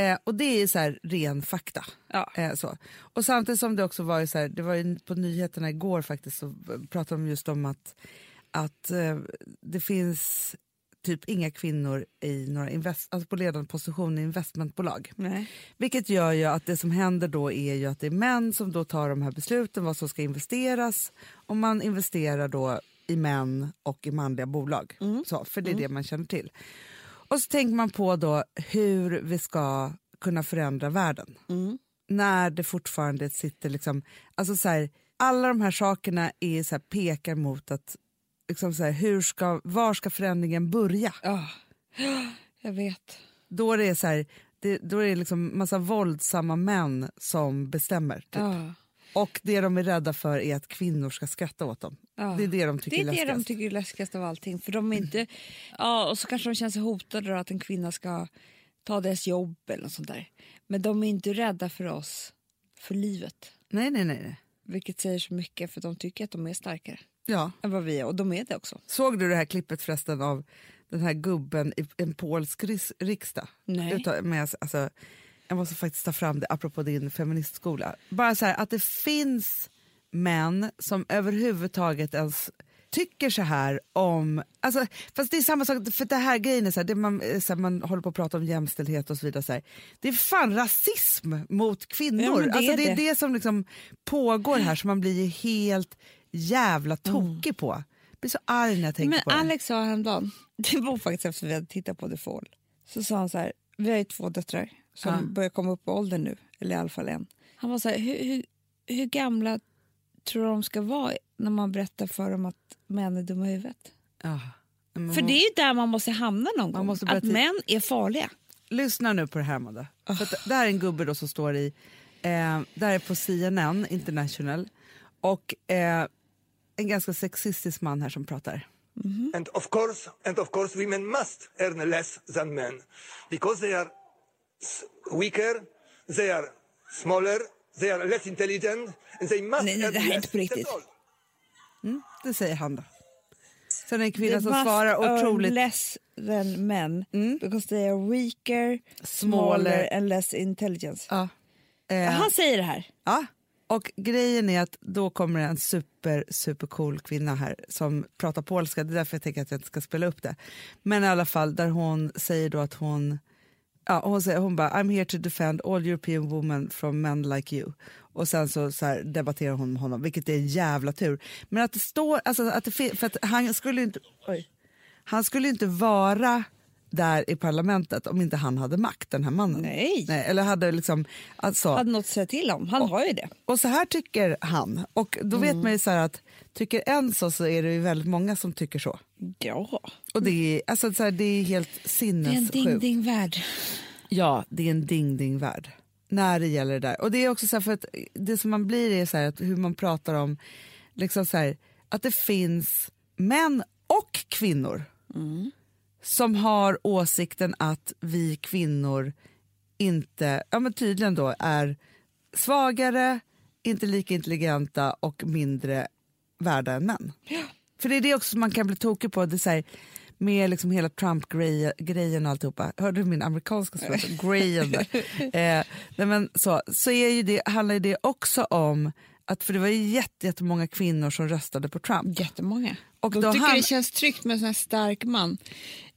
A: Eh, och det är ju så här ren fakta.
B: Ja.
A: Eh, så. Och samtidigt som det också var ju så här, det var ju på nyheterna igår faktiskt så pratade de just om att, att eh, det finns typ inga kvinnor i några invest, alltså på ledande position i investmentbolag.
B: Nej.
A: Vilket gör ju att det som händer då är ju att det är män som då tar de här besluten vad som ska investeras och man investerar då i män och i manliga bolag. Så, för det är det man känner till. Och så tänker man på då hur vi ska kunna förändra världen. När det fortfarande sitter liksom, alltså så här, alla de här sakerna är så här, pekar mot att liksom så här, hur ska, var ska förändringen börja?
B: Ja, Ah. jag vet.
A: då är det så här, det, då är det liksom massa våldsamma män som bestämmer. Typ.
B: Ja.
A: Och det de är rädda för är att kvinnor ska skratta åt dem.
B: Ja.
A: Det är det de tycker
B: Det är det
A: läskigast.
B: de tycker är läskigast av allting. För de är inte, ja, och så kanske de känner sig hotade då att en kvinna ska ta deras jobb eller något sånt där. Men de är inte rädda för oss, för livet.
A: Nej, nej, nej. nej.
B: Vilket säger så mycket för de tycker att de är starkare
A: Ja.
B: än vad vi är och de är det också.
A: Såg du det här klippet förresten av den här gubben i en polsk ris- riksdag?
B: Nej.
A: Utav, med, alltså, jag måste faktiskt ta fram det apropå din feministskola. Bara så här att det finns män som överhuvudtaget ens tycker så här om... Alltså, fast det är samma sak, för det här grejen är så här, det man, eh, så här, man håller på att prata om jämställdhet och så vidare. Så här. Det är fan rasism mot kvinnor.
B: Ja, men det
A: alltså,
B: är
A: det är
B: det.
A: det som liksom pågår här som man blir ju helt jävla tokig på. Jag blir så arg när jag tänker
B: Mm. Men
A: på det.
B: Alex sa häromdagen, det var faktiskt efter vi hade tittat på The Fall, så sa han så här, vi har ju två döttrar som börjar komma upp i åldern nu, eller i alla fall en. Han var så här, hur, hur, hur gamla tror du de ska vara när man berättar för dem att män är dumma i huvudet?
A: Ja. Mm, Men man
B: För det är ju där man måste hamna någon gång,
A: måste börja
B: att
A: ti-
B: män är farliga.
A: Lyssna nu på det här, Amanda. För
B: Ah.
A: att det här är en gubbe då som står i... Eh, det här är på CNN International. Och eh, en ganska sexistisk man här som pratar.
G: And of course, and of course, women must earn less than men because they are s- weaker, they are smaller, they are less intelligent, and they must
B: Nej, nej,
G: earn
B: det här är
G: less.
B: inte på riktigt.
G: That's all.
A: Det säger han då. Sen är det en kvinna
B: They
A: som
B: must
A: svarar
B: earn
A: otroligt... Mm.
B: less than men, because they are weaker, smaller,
A: Smaller.
B: and less intelligence.
A: Ja. Eh,
B: Han säger det här.
A: Ja. Och grejen är att då kommer det en super, super cool kvinna här som pratar polska. Det är därför jag tänker att jag inte ska spela upp det. Men i alla fall där hon säger då att hon, ja hon säger, hon bara I'm here to defend all European women from men like you. Och sen så, så här, debatterar hon med honom, vilket är en jävla tur. Men att det står, alltså att det fin- för att han skulle ju inte, oj, han skulle ju inte vara där i parlamentet om inte han hade makt, den här mannen.
B: Nej.
A: Nej eller hade liksom, alltså.
B: hade något att säga till om. Han har ju det.
A: Och så här tycker han. Och då vet man ju så här att tycker en så, så är det ju väldigt många som tycker så.
B: Ja.
A: Och det är, alltså, så här, det är helt sinnessjukt.
B: värld.
A: Ja, det är en ding-ding-värld. När det gäller det där. Och det är också så här för att det som man blir är så här att hur man pratar om liksom så här, att det finns män och kvinnor som har åsikten att vi kvinnor inte, ja men tydligen då är svagare, inte lika intelligenta och mindre värda än män. För det är det också man kan bli tokig på. Det är så här, med liksom hela Trump-grejen och alltihopa. Hörde du min amerikanska språk? Grejen där. Eh, nej men så, så är ju det, handlar ju det också om att för det var ju jätte, jättemånga kvinnor som röstade på Trump.
B: Jättemånga.
A: Och
B: Och
A: då
B: de tycker
A: han-
B: det känns tryggt med en sån här stark man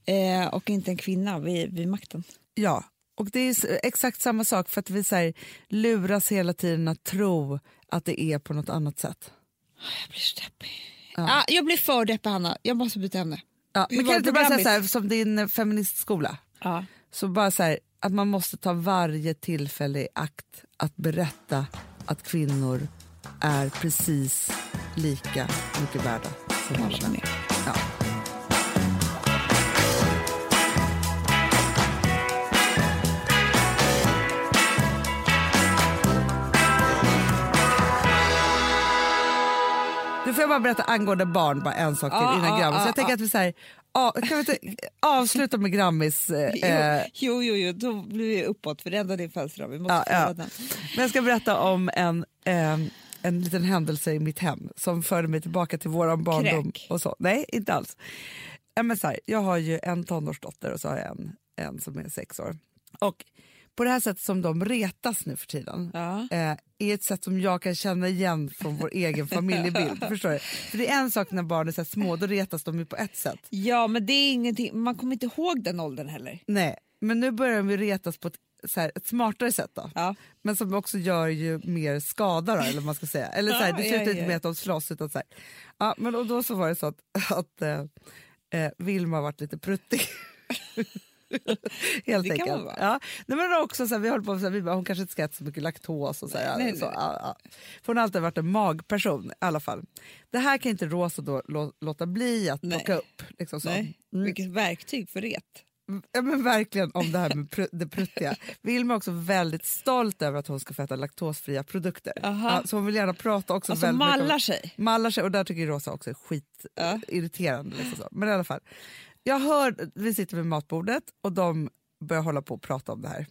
B: eh, och inte en kvinna vid, vid makten.
A: Ja, och det är s- exakt samma sak för att vi så här, luras hela tiden att tro att det är på något annat sätt.
B: Jag blir så deppig. Ah, jag blir för deppig, Hanna. Jag måste byta ämne.
A: Ja,
B: Hur
A: men kan
B: var
A: du inte bara säga
B: programmet?
A: så här, som din eh, feministskola?
B: Ja.
A: Så bara så här, att man måste ta varje tillfälle i akt att berätta att kvinnor är precis lika mycket värda som alla män. Ja. Nu får jag bara berätta angående barn, bara en sak till
B: Ja,
A: innan
B: ja,
A: Grammis.
B: ja,
A: jag tänker
B: ja.
A: att vi så här, ja, kan vi inte avsluta med Grammis
B: Jo,
A: eh,
B: jo, jo, jo, då blir vi uppåt för det är ändå din födelsedag. Vi måste
A: Ja,
B: fira
A: ja.
B: den.
A: Men jag ska berätta om en, ehm, en liten händelse i mitt hem som förde mig tillbaka till våran barndom.
B: Kräk.
A: Och så. Nej, inte alls. Ja, Men så här, jag har ju en tonårsdotter och så har jag en, en som är sex år. Och på det här sättet som de retas nu för tiden
B: Ja.
A: eh, är ett sätt som jag kan känna igen från vår egen familjebild. Förstår du? För det är en sak när barn är så här små, då retas de ju på ett sätt.
B: Ja, men det är ingenting. Man kommer inte ihåg den åldern heller.
A: Nej, men nu börjar de ju retas på ett, så här, ett smartare sätt då.
B: Ja.
A: Men som också gör ju mer skada då, eller vad man ska säga. Eller så här,
B: Ja,
A: det
B: ja,
A: slutar inte
B: ja.
A: med att de slåss utan så här. Ja, men och då så var det så att, att eh, eh, Vilma varit lite pruttig. Helt
B: Det kan
A: enkelt.
B: man vara.
A: Ja. Nej, men också så här, vi håller på så här, vi bara, hon kanske inte ska äta så mycket laktos och så här.
B: Nej, nej,
A: så,
B: nej.
A: Ja, ja. För hon har alltid varit en magperson i alla fall. Det här kan inte Rosa då lå- låta bli att
B: Nej.
A: plocka upp. Liksom så.
B: Nej. Vilket verktyg för ret.
A: Ja, men verkligen om det här med pr- det pruttiga. Vilma är också väldigt stolt över att hon ska få äta laktosfria produkter.
B: Aha.
A: Ja, så hon vill gärna prata också.
B: Alltså
A: väldigt mycket om-
B: mallar sig.
A: Mallar sig. Och där tycker Rosa också är skitirriterande. Liksom så. Men i alla fall. Jag hör, vi sitter vid matbordet och de börjar hålla på och prata om det här.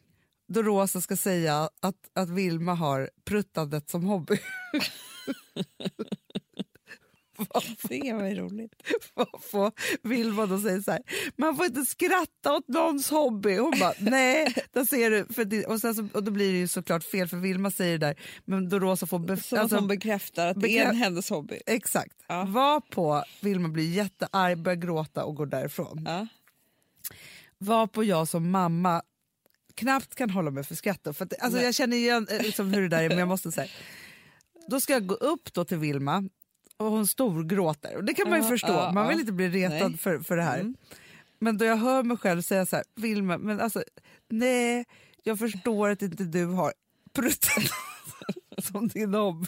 A: Då Rosa ska säga att, att Vilma har pruttandet som hobby.
B: Det var roligt.
A: får- får Vilma då säger så här, man får inte skratta åt någons hobby. Hon bara, nej, där ser du. För det, och, sen så, och då blir det ju såklart fel för Vilma säger det där, men då Rosa får... Bef-
B: Som att hon bekräftar att det
A: bekrä-
B: är en hennes hobby.
A: exakt.
B: Ja.
A: Var på Vilma blir jättearg, börjar gråta och går därifrån.
B: Ja.
A: Var på jag som mamma knappt kan hålla mig för skratt. då, För att, alltså, jag känner igen eh, liksom, hur det där är, men jag måste säga. Då ska jag gå upp då till Vilma och hon storgråter. Och det kan man ju
B: Ja,
A: förstå,
B: ja,
A: man vill
B: ja.
A: inte bli retad
B: Nej. Mm.
A: för, för det här. Men då jag hör mig själv säga så här, Vilma, men alltså nej, jag förstår att inte du har pruttat som din hobby.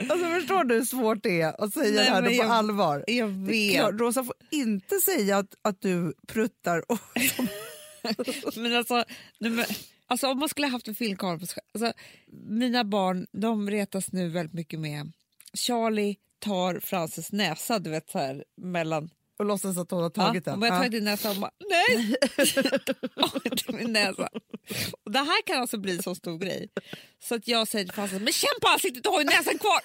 A: alltså förstår du hur svårt det är att säga
B: Nej,
A: det här då på
B: men jag-
A: allvar?
B: Jag
A: Det är
B: vet.
A: klart, Rosa får inte säga att, att du pruttar. Och,
B: Men alltså, nej, men, alltså om man skulle haft en filmkamera på sig själv. Alltså, mina barn de retas nu väldigt mycket med Charlie tar Frances näsa, du vet så här mellan...
A: och låtsas att hon har
B: Ja,
A: tagit
B: om
A: den.
B: jag
A: Ja.
B: tagit din näsa och bara nej! Och inte min näsa. Och det här kan alltså bli en så stor grej. Så att jag säger till Frances, men känn på ansiktet, du har ju näsan kvar!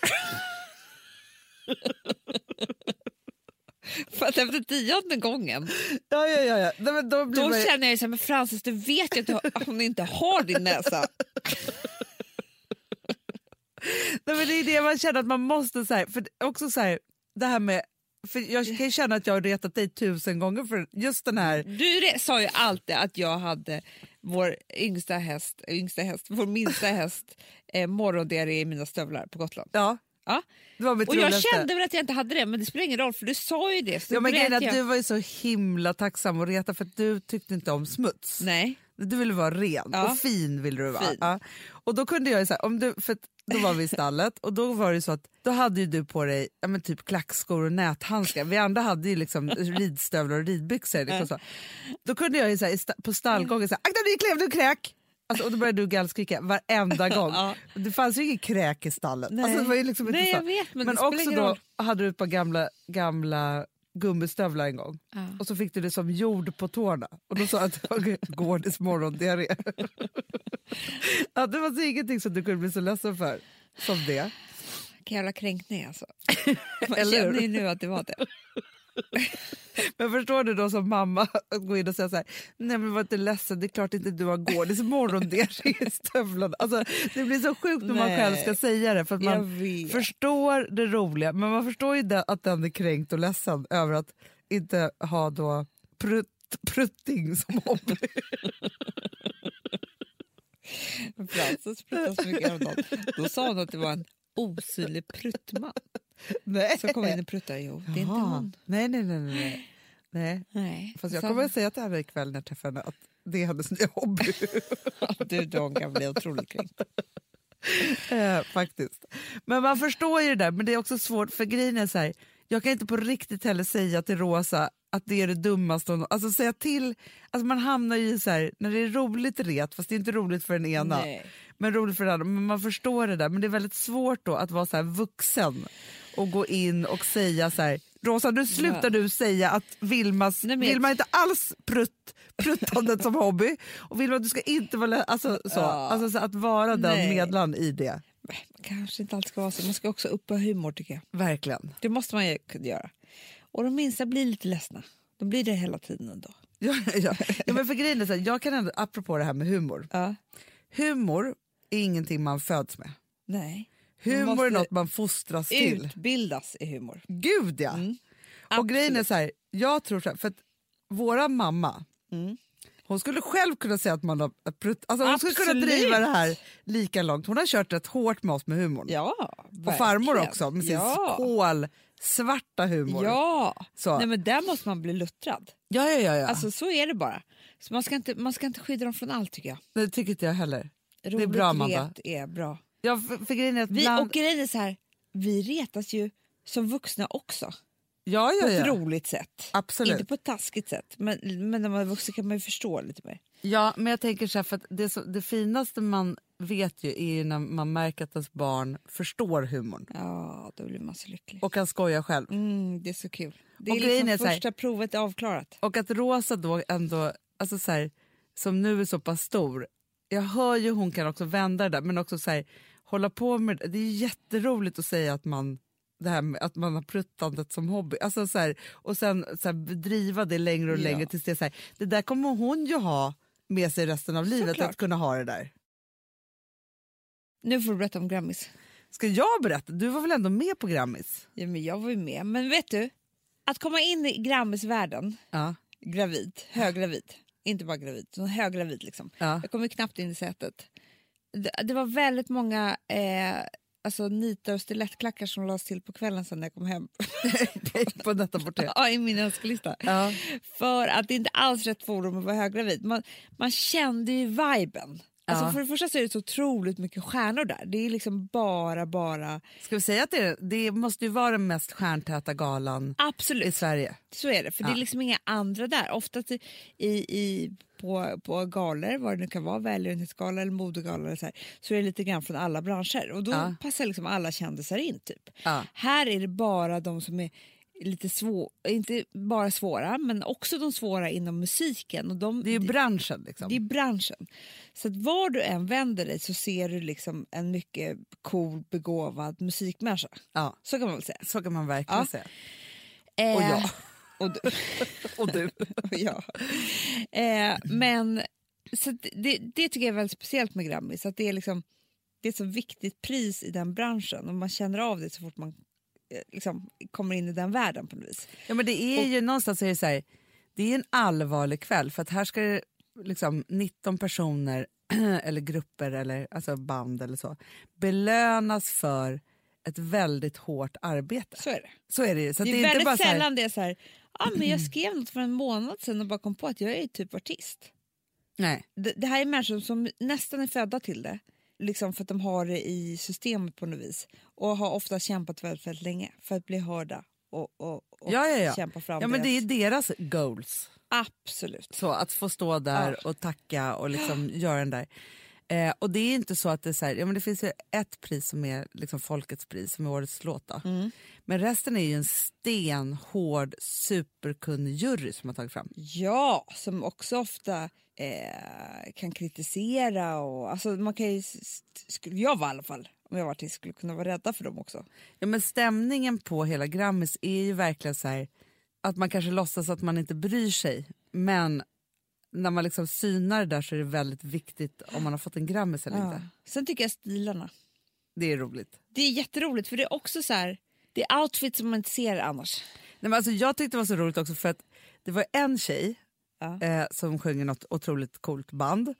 B: För att efter tionde gången
A: Ja, ja, ja, ja. Nej, men då blir
B: då
A: man ju-
B: känner jag ju så här, men Francis du vet ju att, du, har- att hon inte har din näsa.
A: Nej, men det är det man känner att man måste... Så här, för också så här, det här med... För jag kan ju känna att jag har retat dig tusen gånger för just den här...
B: Du re- sa ju alltid att jag hade vår yngsta häst, yngsta häst vår minsta häst eh, morgondiarré i mina stövlar på Gotland.
A: Ja,
B: Ja.
A: det var mitt
B: Och jag
A: roligaste.
B: kände väl att jag inte hade det, men det spelar ingen roll för du sa ju det. Så
A: Ja, men
B: grät
A: grejen är att
B: jag.
A: du var ju så himla tacksam att reta för att du tyckte inte om smuts.
B: Nej.
A: Du ville vara ren
B: Ja.
A: och fin ville du vara.
B: Fin.
A: Ja. Och då kunde jag ju så här, om du, för att då var vi i stallet och då var det ju så att då hade ju du på dig ja, men typ klackskor och näthandskar. Vi andra hade ju liksom ridstövlar och ridbyxor. Liksom så. Då kunde jag ju så här, i sta- på stallgången säga akta du klev, du kräk! Alltså, och då började du gallskrika varenda gång.
B: Ja.
A: Det fanns ju ingen kräk i stallet.
B: Nej.
A: Alltså, det var ju liksom inte
B: Nej,
A: så.
B: jag vet, men det spelar
A: också
B: ingen
A: då
B: roll.
A: hade du ett par gamla, gamla gummistövlar en gång
B: Ja.
A: och så fick du det som jord på tårna och då sa jag att det var gårdis morgondiarré. ja, det fanns ingenting som du kunde bli så ledsen för som det.
B: Vilken jävla kränkning alltså. Man
A: Eller hur?
B: känner ju nu att det var det.
A: Men förstår du då som mamma att gå in och säga så här, nej men var inte ledsen, det är klart inte du har gårdis morgondering i stövlarna. Alltså, det blir så sjukt när man
B: Nej.
A: själv ska säga det för att
B: Jag
A: man
B: vet.
A: förstår det roliga, men man förstår ju det, att den är kränkt och ledsen över att inte ha då prutt, prutting som hobby.
B: Frances pruttade så mycket häromdagen. Då sa hon att det var en osynlig pruttman
A: nej.
B: som kom in och pruttade. Jo, det är inte
A: Jaha.
B: hon.
A: Nej, nej, nej. nej, nej. nej.
B: Nej.
A: Fast jag
B: Så-
A: kommer att säga till henne ikväll när jag träffar henne att det är hennes nya hobby.
B: Du, de kan bli otroligt kränkt.
A: Eh, faktiskt. Men man förstår ju det där, men det är också svårt för grejen är så här, jag kan inte på riktigt heller säga till Rosa att det är det dummaste hon... Alltså säga till, alltså man hamnar ju i så här, när det är roligt ret, fast det är inte roligt för den ena,
B: Nej.
A: men roligt för den andra, men man förstår det där, men det är väldigt svårt då att vara så här vuxen och gå in och säga så här, Rosa nu slutar
B: Ja.
A: du säga att Vilmas,
B: Nej, men-
A: Vilma har inte alls prutt, pruttandet som hobby och Vilma du ska inte vara, lä- alltså så, alltså så att vara den
B: Nej.
A: medlaren i det.
B: Men Man kanske inte alltid ska vara så. Man ska också uppa humor tycker jag.
A: Verkligen.
B: Det måste man ju kunna göra. Och de minsta blir lite ledsna. De blir det hela tiden ändå.
A: Ja, ja. Ja, men för grejen är så här, jag kan ändå, apropå det här med humor.
B: Ja.
A: Humor är ingenting man föds med.
B: Nej.
A: Humor
B: Man
A: är
B: måste
A: något man fostras till.
B: Utbildas i humor.
A: Gud ja!
B: Mm.
A: Och grejen är så här, jag tror så här, för att våran mamma,
B: Mm.
A: hon skulle själv kunna säga att man har prutt, alltså hon skulle kunna
B: Absolut.
A: driva det här lika långt. Hon har kört rätt hårt med oss med humorn.
B: Ja,
A: Och farmor
B: verkligen.
A: också med sin
B: ja.
A: kolsvarta humor.
B: Ja,
A: Så.
B: Nej, men där måste man bli luttrad.
A: ja, ja. ja, ja.
B: Alltså så är det bara. Så man, ska inte, man ska inte skydda dem från allt tycker jag.
A: det tycker inte jag heller. det är
B: Roligt
A: bra Amanda.
B: ret är bra.
A: Ja, för, för grejen är att
B: Vi,
A: bland...
B: Och grejen är så här, vi retas ju som vuxna också.
A: ja,
B: På
A: ja,
B: ett
A: ja.
B: roligt sätt.
A: Absolut.
B: Inte på ett taskigt sätt. Men, men när man är vuxen kan man ju förstå lite mer.
A: ja, men jag tänker så här, för att det, så, det finaste man vet ju är ju när man märker att ens barn förstår humorn
B: Ja, då blir man så lycklig.
A: och kan skoja själv.
B: Mm, det är så kul. Det
A: Och
B: är
A: grejen
B: liksom
A: är så här-
B: första provet är avklarat.
A: Och att Rosa då ändå, alltså så här, som nu är så pass stor, jag hör ju hon kan också vända det där, men också så här, hålla på med det. Det är jätteroligt att säga att man det här med att man har pruttandet som hobby. Alltså så här, och sen så här, driva det längre och
B: Ja.
A: längre tills det är så här, det där kommer hon ju ha med sig resten av livet,
B: Såklart.
A: att kunna ha det där.
B: Nu får du berätta om Grammis.
A: Ska jag berätta? Du var väl ändå med på Grammis?
B: Ja, men jag var ju med. Men vet du, att komma in i Grammisvärlden,
A: Ja.
B: gravid, höggravid, inte bara gravid, utan höggravid liksom.
A: Ja.
B: Jag kom ju knappt in i sätet. Det, det var väldigt många eh, alltså, nitar och stilettklackar som lades till på kvällen sen när jag kom hem.
A: på detta porträtt.
B: Ja, i min önskelista.
A: Ja.
B: För att det är inte alls rätt forum att vara höggravid. Man, man kände ju viben. Alltså
A: Ja.
B: för det första så är det så otroligt mycket stjärnor där. Det är liksom bara, bara...
A: Ska vi säga att det, det måste ju vara den mest stjärntäta galan i
B: Absolut,
A: Sverige?
B: så är det. För det är
A: Ja.
B: liksom inga andra där. Ofta i, i, på, på galor, vad det nu kan vara, välgörenhetsgala eller modegala eller så, här, så är det lite grann från alla branscher. Och då
A: Ja.
B: passar liksom alla kändisar in typ.
A: Ja.
B: Här är det bara de som är lite svåra, inte bara svåra, men också de svåra inom musiken. Och de,
A: Det är ju branschen. Liksom.
B: Det är branschen. Så att var du än vänder dig så ser du liksom en mycket cool, begåvad musikmänniska.
A: Ja,
B: Så kan man väl säga.
A: så kan man verkligen
B: Ja.
A: säga.
B: Eh,
A: Och jag.
B: Och du.
A: Och du.
B: och jag. Eh, men så att det, det tycker jag är väldigt speciellt med Grammis. Att det, är liksom, det är ett så viktigt pris i den branschen och man känner av det så fort man eh, liksom, kommer in i den världen på något vis.
A: Ja, men det är ju någonstans är det så här, det är en allvarlig kväll för att här ska det liksom 19 personer eller grupper eller alltså band eller så belönas för ett väldigt hårt arbete.
B: Så är det.
A: Så är det ju. Så att
B: det är,
A: inte
B: väldigt
A: bara så här-
B: sällan det är så här, ah, men jag skrev något för en månad sedan och bara kom på att jag är typ artist.
A: nej.
B: det, det här är människor som nästan är födda till det. Liksom för att de har det i systemet på något vis. Och har ofta kämpat väldigt, väldigt länge för att bli hörda och, och, och
A: Ja, ja, ja.
B: kämpa fram
A: ja, men det är ju
B: deras-
A: deras goals.
B: Absolut.
A: Så att få stå där och tacka och liksom göra den där. Eh, och det är inte så att det är så här, ja, men det finns ju ett pris som är liksom folkets pris som är årets låt då. Men resten är ju en stenhård superkunnig jury som har tagit fram.
B: Ja, som också ofta eh, kan kritisera och alltså man kan ju, s- s- skulle jag vara i alla fall, om jag var artist, skulle kunna vara rädda för dem också.
A: Ja, men stämningen på hela Grammis är ju verkligen så här, att man kanske låtsas att man inte bryr sig, men när man liksom synar det där så är det väldigt viktigt om man har fått en grammis eller
B: Ja.
A: inte.
B: Sen tycker jag stilarna.
A: Det är roligt.
B: Det är jätteroligt för det är också så här, det är outfits som man inte ser annars.
A: Nej, men alltså, jag tyckte det var så roligt också för att det var en tjej
B: Ja.
A: eh, som sjöng i något otroligt coolt band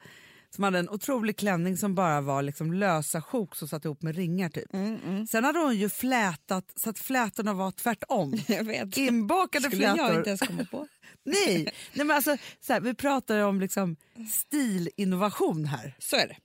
A: som hade en otrolig klänning som bara var liksom lösa sjok som satt ihop med ringar. typ.
B: Mm,
A: Sen hade hon ju flätat så att flätorna var tvärtom.
B: Jag vet.
A: Inbakade
B: skulle jag
A: flätor.
B: inte ens komma på.
A: Nej, Nej men alltså, så här, vi pratar om liksom stilinnovation här.
B: Så är det.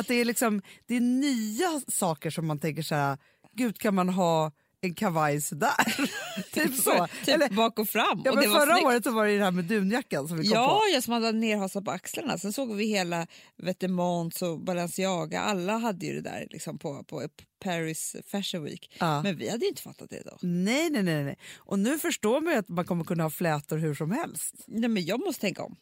A: Att det är, liksom, det är nya saker som man tänker så här, gud kan man ha en kavaj sådär? typ så.
B: Typ
A: Eller,
B: bak och fram.
A: ja,
B: och
A: men
B: det var
A: förra
B: snyggt.
A: året så var det det här med dunjackan som vi kom
B: Ja,
A: på.
B: jag som hade nerhasar på axlarna. Sen såg vi hela Vetements och Balenciaga. Alla hade ju det där liksom på, på Paris Fashion Week.
A: Ja.
B: Men vi hade ju inte fattat det då.
A: Nej, nej, nej, nej. Och nu förstår man ju att man kommer kunna ha flätor hur som helst.
B: Nej, men jag måste tänka om.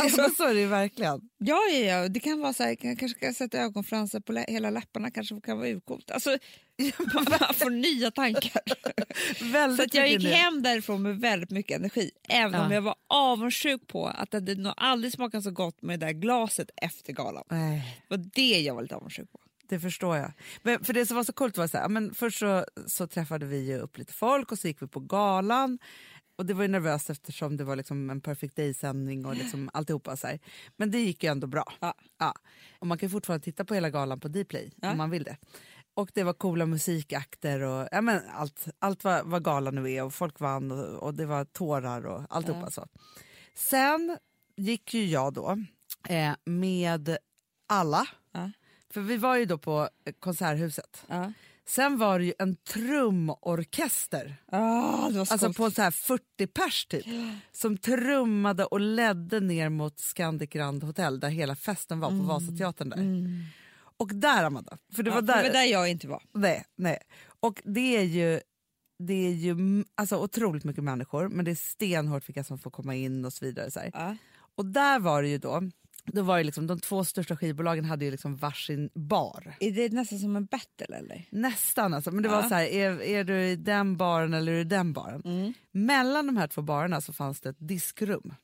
A: Alltså, så är det ju verkligen.
B: Ja, ja, ja. det kan vara så här, jag kanske kan sätta ögonfransar på lä- hela läpparna, kanske kan vara urcoolt. Alltså, man får nya tankar.
A: Väldigt
B: så att jag
A: mycket
B: gick
A: nu.
B: hem därifrån med väldigt mycket energi, även om
A: Ja.
B: jag var avundsjuk på att det hade nog aldrig smakat så gott med det där glaset efter galan.
A: Nej.
B: Det var det jag var lite avundsjuk på.
A: Det förstår jag. Men för Det som var så coolt var så här, ja, men först så, så träffade vi ju upp lite folk och så gick vi på galan. Och Det var ju nervöst eftersom det var liksom en perfect day-sändning och liksom alltihopa. Så här. Men det gick ju ändå bra. Ja. Och Man kan ju fortfarande titta på hela galan på Dplay om man vill det. Och det var coola musikakter och ja, men allt, allt vad, vad galan nu är och folk vann och, och det var tårar och alltihopa. Så. Sen gick ju jag då eh, med alla. För vi var ju då på eh, Konserthuset.
B: Ja.
A: Sen var det ju en trumorkester,
B: Ah, det var så
A: alltså
B: gott.
A: på så här 40 pers typ, som trummade och ledde ner mot Scandic Grand Hotel där hela festen var på Vasateatern där. Och där Amanda, för det
B: Mm. Ja,
A: var där,
B: för det var där jag inte var.
A: Nej, nej. Och det är ju, det är ju mm, alltså, otroligt mycket människor men det är stenhårt vilka som får komma in och så vidare. Så här.
B: Ja.
A: Och där var det ju då, då var det liksom, de två största skivbolagen hade ju liksom varsin bar.
B: Är det nästan som en battle eller?
A: Nästan alltså, men det var
B: Ja.
A: så här, är, är du i den baren eller är du i den baren? Mellan de här två barerna så fanns det ett diskrum.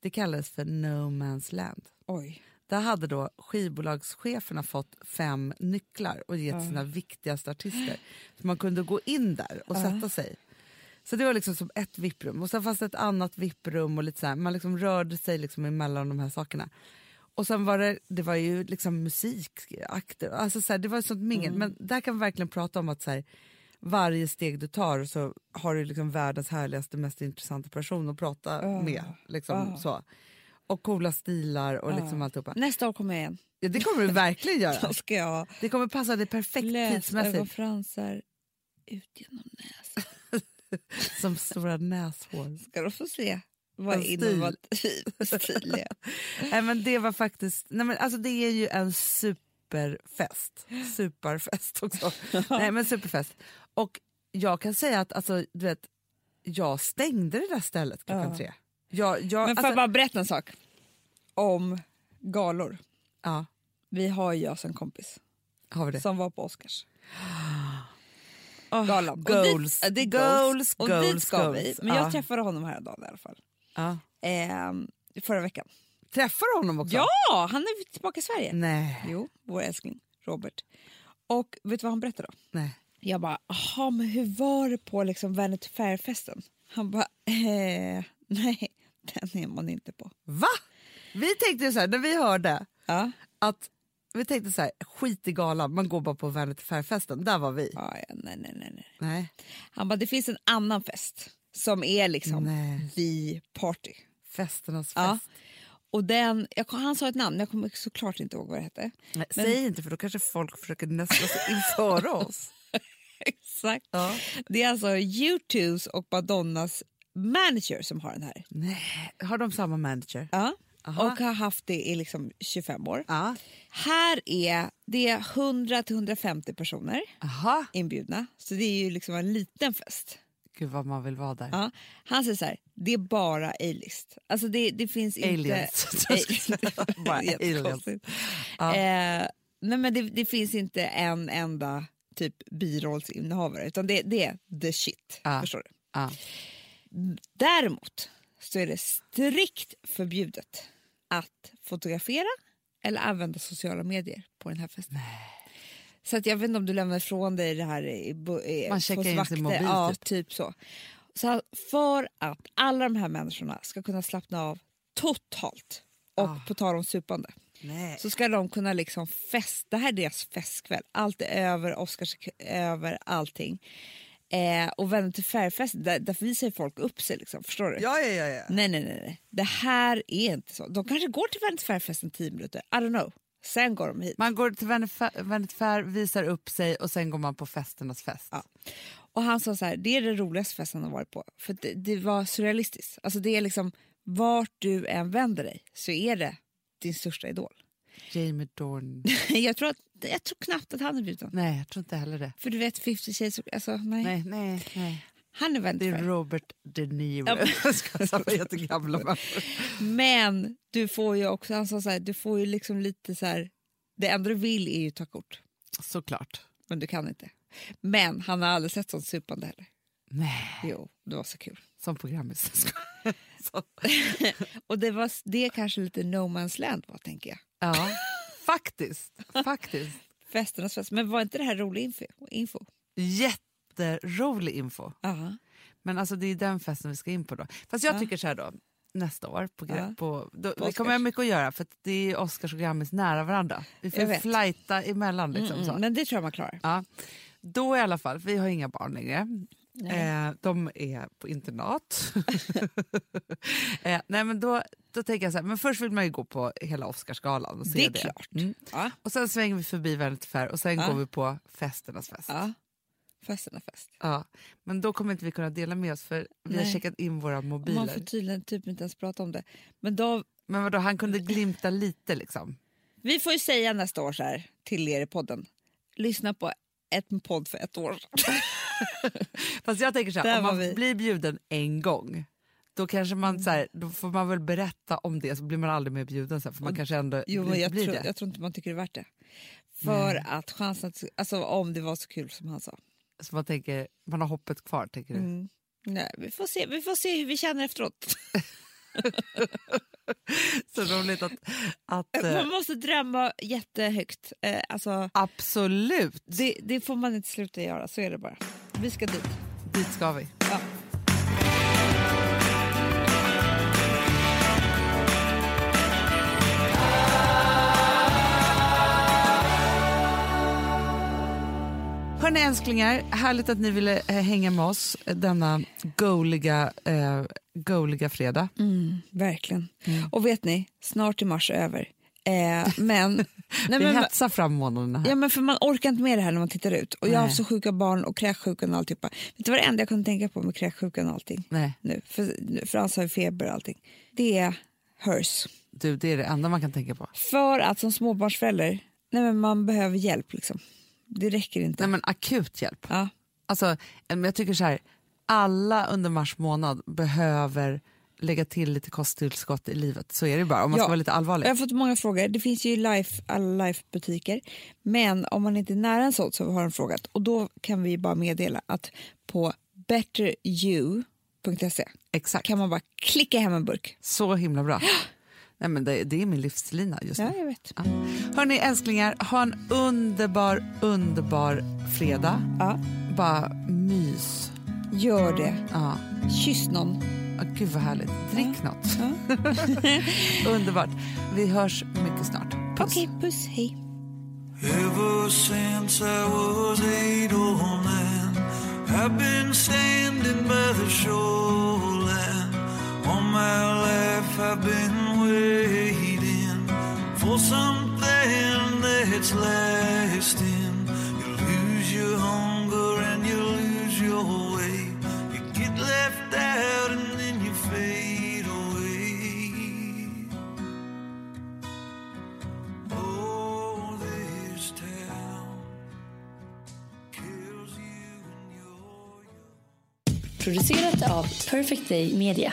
A: Det kallades för No Man's Land.
B: Oj.
A: Där hade då skivbolagscheferna fått fem nycklar och gett sina viktigaste artister. Så man kunde gå in där och sätta sig. Så det var liksom som ett vipprum. Och sen fanns det ett annat vipprum och lite så här. Man liksom rörde sig liksom emellan de här sakerna. Och sen var det, det var ju liksom musikakter. Alltså så här, det var ett sånt mingel. Men där kan vi verkligen prata om att så här, varje steg du tar så har du liksom världens härligaste, mest intressanta person att prata med. Liksom, så. Och coola stilar och liksom alltihopa.
B: Nästa år kommer jag igen.
A: Ja, det kommer du verkligen göra.
B: Då ska jag ha
A: Det kommer passa dig perfekt tidsmässigt
B: lösögonfransar ut genom näsan. alltså-
A: som stora näshår.
B: Ska de få se vad
A: En stil.
B: innovativ stil är.
A: Nej, men det var faktiskt... Nej, men alltså, det är ju en superfest. Superfest också. Nej, men superfest. Och jag kan säga att alltså, du vet, jag stängde det där stället klockan tre. Jag, jag,
B: Men får
A: alltså,
B: jag bara berätta en sak? Om galor.
A: ja,
B: Vi har ju alltså en kompis
A: har vi det?
B: som var på Oscars.
A: Åh,
B: Galan.
A: Goals,
B: och dit, det är
A: goals,
B: Och
A: goals,
B: dit ska
A: goals.
B: vi. Men
A: Ja.
B: jag träffade honom häromdagen i alla fall.
A: ja.
B: Ehm, förra veckan.
A: Träffar du honom också?
B: Ja, han är tillbaka i Sverige.
A: Nej.
B: Jo, vår älskling Robert. Och vet du vad han berättade då?
A: Nej.
B: Jag bara, jaha, men hur var det på liksom Vanity Fair-festen? Han bara, eh, nej, den är man inte på.
A: Va? Vi tänkte ju så här, när vi hörde
B: Ja,
A: att vi tänkte så här, skit i galan, man går bara på Vanity Fair-festen. Där var vi.
B: ja, ja nej, nej, nej, nej.
A: Nej,
B: Han bara, det finns en annan fest som är liksom
A: Nej.
B: the party.
A: festernas
B: Ja.
A: fest.
B: Och den, jag, kom- han sa ett namn, jag kommer såklart inte ihåg vad det hette.
A: Nej, Säg inte för då kanske folk försöker nästla sig inför oss.
B: Exakt.
A: Ja.
B: Det är alltså U2s och Madonnas manager som har den här.
A: Nej, har de samma manager?
B: Ja.
A: Aha.
B: Och har haft det i liksom 25 år.
A: Ja.
B: Här är det 100-150 personer
A: Aha.
B: inbjudna, så det är ju liksom en liten fest.
A: Gud vad man vill vara där.
B: Ja. Han säger så här, det är bara A-list. Alltså det, det finns
A: Aliens.
B: inte...
A: Bara
B: Jättekonstigt. Eh, nej men det, det finns inte en enda typ birollsinnehavare, utan det, det är the shit.
A: Ja.
B: Förstår du?
A: Ja.
B: Däremot så är det strikt förbjudet att fotografera eller använda sociala medier på den här festen. Så att jag vet inte om du lämnar ifrån dig det här i, bo- i
A: Man checkar
B: hos
A: in sin
B: vakter.
A: mobil,
B: Ja,
A: typ.
B: typ så. så för att alla de här människorna ska kunna slappna av totalt och
A: Ah.
B: på tal om supande
A: Nej.
B: så ska de kunna liksom fest. Det här är deras festkväll. Allt är över, Oscars är över, allting. Eh, och vänner till färgfest, där, där visar ju folk upp sig. Liksom, förstår du?
A: Ja, ja, ja. ja.
B: Nej, nej, nej, nej. Det här är inte så. De kanske går till vänner till färgfesten tio minuter. I don't know. Sen går de hit.
A: Man går till Vanity Vanity Fair, visar upp sig och sen går man på festernas fest.
B: Ja. Och han sa så här, det är den roligaste festen han har varit på. För det, det var surrealistiskt. Alltså det är liksom, vart du än vänder dig så är det din största idol.
A: Jamie Dorn.
B: jag, tror att, jag tror knappt att han är bjuden.
A: nej, jag tror inte heller det.
B: För du vet 50 shades, alltså nej.
A: Nej, nej, nej.
B: Han är
A: Det är
B: vänster.
A: Robert De Niro.
B: Ja, men-
A: Jag ska säga jättegamla människor.
B: Men du får ju också, han sa så här, du får ju liksom lite så här, det enda du vill är ju ta kort.
A: Såklart.
B: Men du kan inte. Men han har aldrig sett sånt supande heller.
A: Nej,
B: Jo, det var så kul.
A: som programmis. Så.
B: Och det var det är kanske lite no man's land var tänker jag.
A: Ja, faktiskt. faktiskt.
B: Festernas fest. Men var inte det här rolig info? info?
A: Jätterolig info.
B: Ja.
A: Men alltså det är den festen vi ska in på då. Fast jag
B: Ja.
A: tycker så här då, nästa år, på, gra-
B: Ja.
A: på, då,
B: På
A: vi kommer ha
B: Oscars.
A: mycket att göra för att det är Oscars och Grammys nära varandra. Vi får
B: Jag vet.
A: flighta emellan liksom.
B: Mm,
A: så.
B: men det tror jag man klarar.
A: Ja. Då i alla fall, vi har inga barn längre. Eh, de är på internat. eh, nej men då, då tänker jag så här, men först vill man ju gå på hela Oscarsgalan och se
B: Det
A: det.
B: är klart.
A: Mm.
B: Ja.
A: Och sen svänger vi förbi Vanity Fair och sen
B: Ja.
A: går vi på festernas fest.
B: ja. Festernas fest.
A: Ja, men då kommer inte vi kunna dela med oss för vi har
B: Nej.
A: checkat in våra
B: Och Man
A: mobiler.
B: får tydligen typ inte ens prata om det. Men då,
A: Men vadå, han kunde glimta lite liksom.
B: vi får ju säga nästa år så här till er i podden. Lyssna på ett podd för ett år sedan.
A: Fast jag tänker så
B: Där
A: här, om
B: var
A: man
B: vi. Mm.
A: blir bjuden en gång då kanske man så här, då får man väl berätta om det så blir man aldrig mer bjuden sen för man kanske ändå
B: Mm. Jo, men
A: inte
B: jag
A: blir
B: tror,
A: det.
B: jag tror inte man tycker det är värt det. För att chansen att, alltså om det var så kul som han sa.
A: Så man tänker, man har hoppet kvar tänker du.
B: Mm. Nej, vi får se, vi får se hur vi känner efteråt.
A: Så roligt att, att eh,
B: Man måste drömma jättehögt. Eh, alltså,
A: absolut,
B: det, det får man inte sluta göra, så är det bara. Vi ska dit.
A: dit ska vi.
B: Ja.
A: Hörni älsklingar, härligt att ni ville eh, hänga med oss eh, denna goliga, eh, goliga fredag.
B: Mm. Verkligen. Och vet ni, snart är mars över. Eh, men, nej,
A: vi
B: men,
A: hetsar fram månaderna här.
B: ja, men för man orkar inte med det här när man tittar ut. Och jag har
A: Nej.
B: haft så sjuka barn och kräksjukan och alltihopa. Vet du vad det enda jag kunde tänka på med kräksjukan och allting?
A: Nej,
B: nu. För, nu- Frans har ju feber och allting. Det är hers.
A: du, det är det enda man kan tänka på.
B: För att som småbarnsförälder, nej men man behöver hjälp liksom. Det räcker inte.
A: Nej men akut hjälp.
B: Ja,
A: Alltså, eh, men jag tycker så här, alla under mars månad behöver lägga till lite kosttillskott i livet. Så är det bara, om man
B: Ja.
A: ska vara lite allvarlig.
B: jag
E: Eh.
B: har fått många frågor. Det finns ju i life, alla Life-butiker. Men om man inte är nära en sån så har de frågat. Och då kan vi bara meddela att på betteryou.se
A: Exakt,
B: kan man bara klicka hem en burk.
A: så himla bra. Nej, men det, det är min livslina just nu.
B: Ja, jag vet.
A: Ja. Hörni älsklingar, ha en underbar, underbar fredag.
B: Ja,
A: Bara mys.
B: gör det.
A: Ja.
B: Kyss någon.
A: Ja, Gud vad härligt. Drick något. Underbart. Vi hörs mycket snart. Puss.
B: Okej, puss. Hej.
H: Ever since I was eight, old man, I've been standing by the shoreline. All my life I've been waiting for something that's lasting. You lose your hunger and you lose your way. You get left out and then you fade away. Oh, this town kills you and your young.
I: Producerat av Perfect Day Media.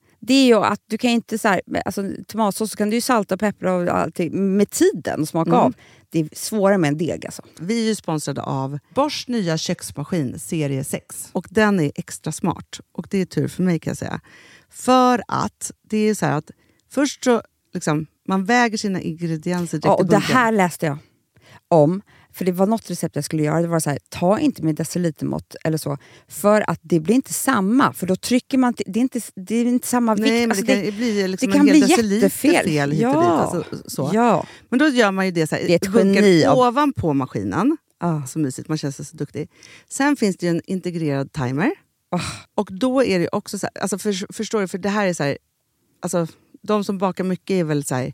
D: Det är ju att du kan ju inte så här, med- alltså, tomatsås så kan du ju salta och peppra och allting med tiden och smaka
E: Mm.
D: av. Det är svårare med en deg alltså.
E: Vi är ju sponsrade av Bors nya köksmaskin serie 6. Och den är extra smart. Och det är tur för mig kan jag säga. För att det är så här att först så liksom, man väger sina ingredienser direkt
D: Ja, och
E: i
D: det
E: bunken.
D: här läste jag om. För det var något recept jag skulle göra. Det var så här, ta inte med decilitermått eller så. För att det blir inte samma. För då trycker man... till- Det är inte, det är inte samma vikt.
E: Nej, men
D: Alltså,
E: det kan ju bli liksom
D: det kan
E: en hel
D: bli
E: deciliter
D: jättefel.
E: fel hit och dit.
D: Ja.
E: Alltså, så.
D: Ja.
E: Men då gör man ju det så här,
D: Det är ett
E: bunkar
D: geni av-
E: ovanpå maskinen.
D: Ah.
E: Så mysigt, man känns så duktig. Sen finns det ju en integrerad timer.
D: Ah.
E: Och då är det ju också så här, alltså för, förstår du, för det här är så här, alltså de som bakar mycket är väl så här,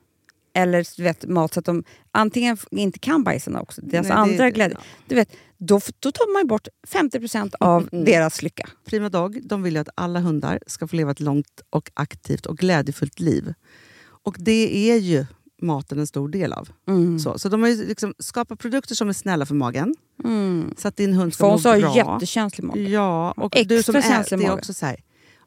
D: eller du vet, mat så att de antingen f- inte kan bajsa också, deras
E: Nej, det-
D: andra
E: det-
D: glädje,
E: ja.
D: du vet, då, f- då tar man ju bort 50% av
E: Mm.
D: deras lycka.
E: Prima Dog de vill ju att alla hundar ska få leva ett långt och aktivt och glädjefullt liv. Och det är ju maten en stor del av.
D: Mm.
E: Så, så de har ju liksom skapat produkter som är snälla för magen.
D: Mm.
E: Så att din hund ska
D: Fons
E: må
D: har
E: bra.
D: ju jättekänslig mage.
E: Ja, och
D: Extra
E: du som är,
D: känslig
E: det är
D: mage.
E: också så här.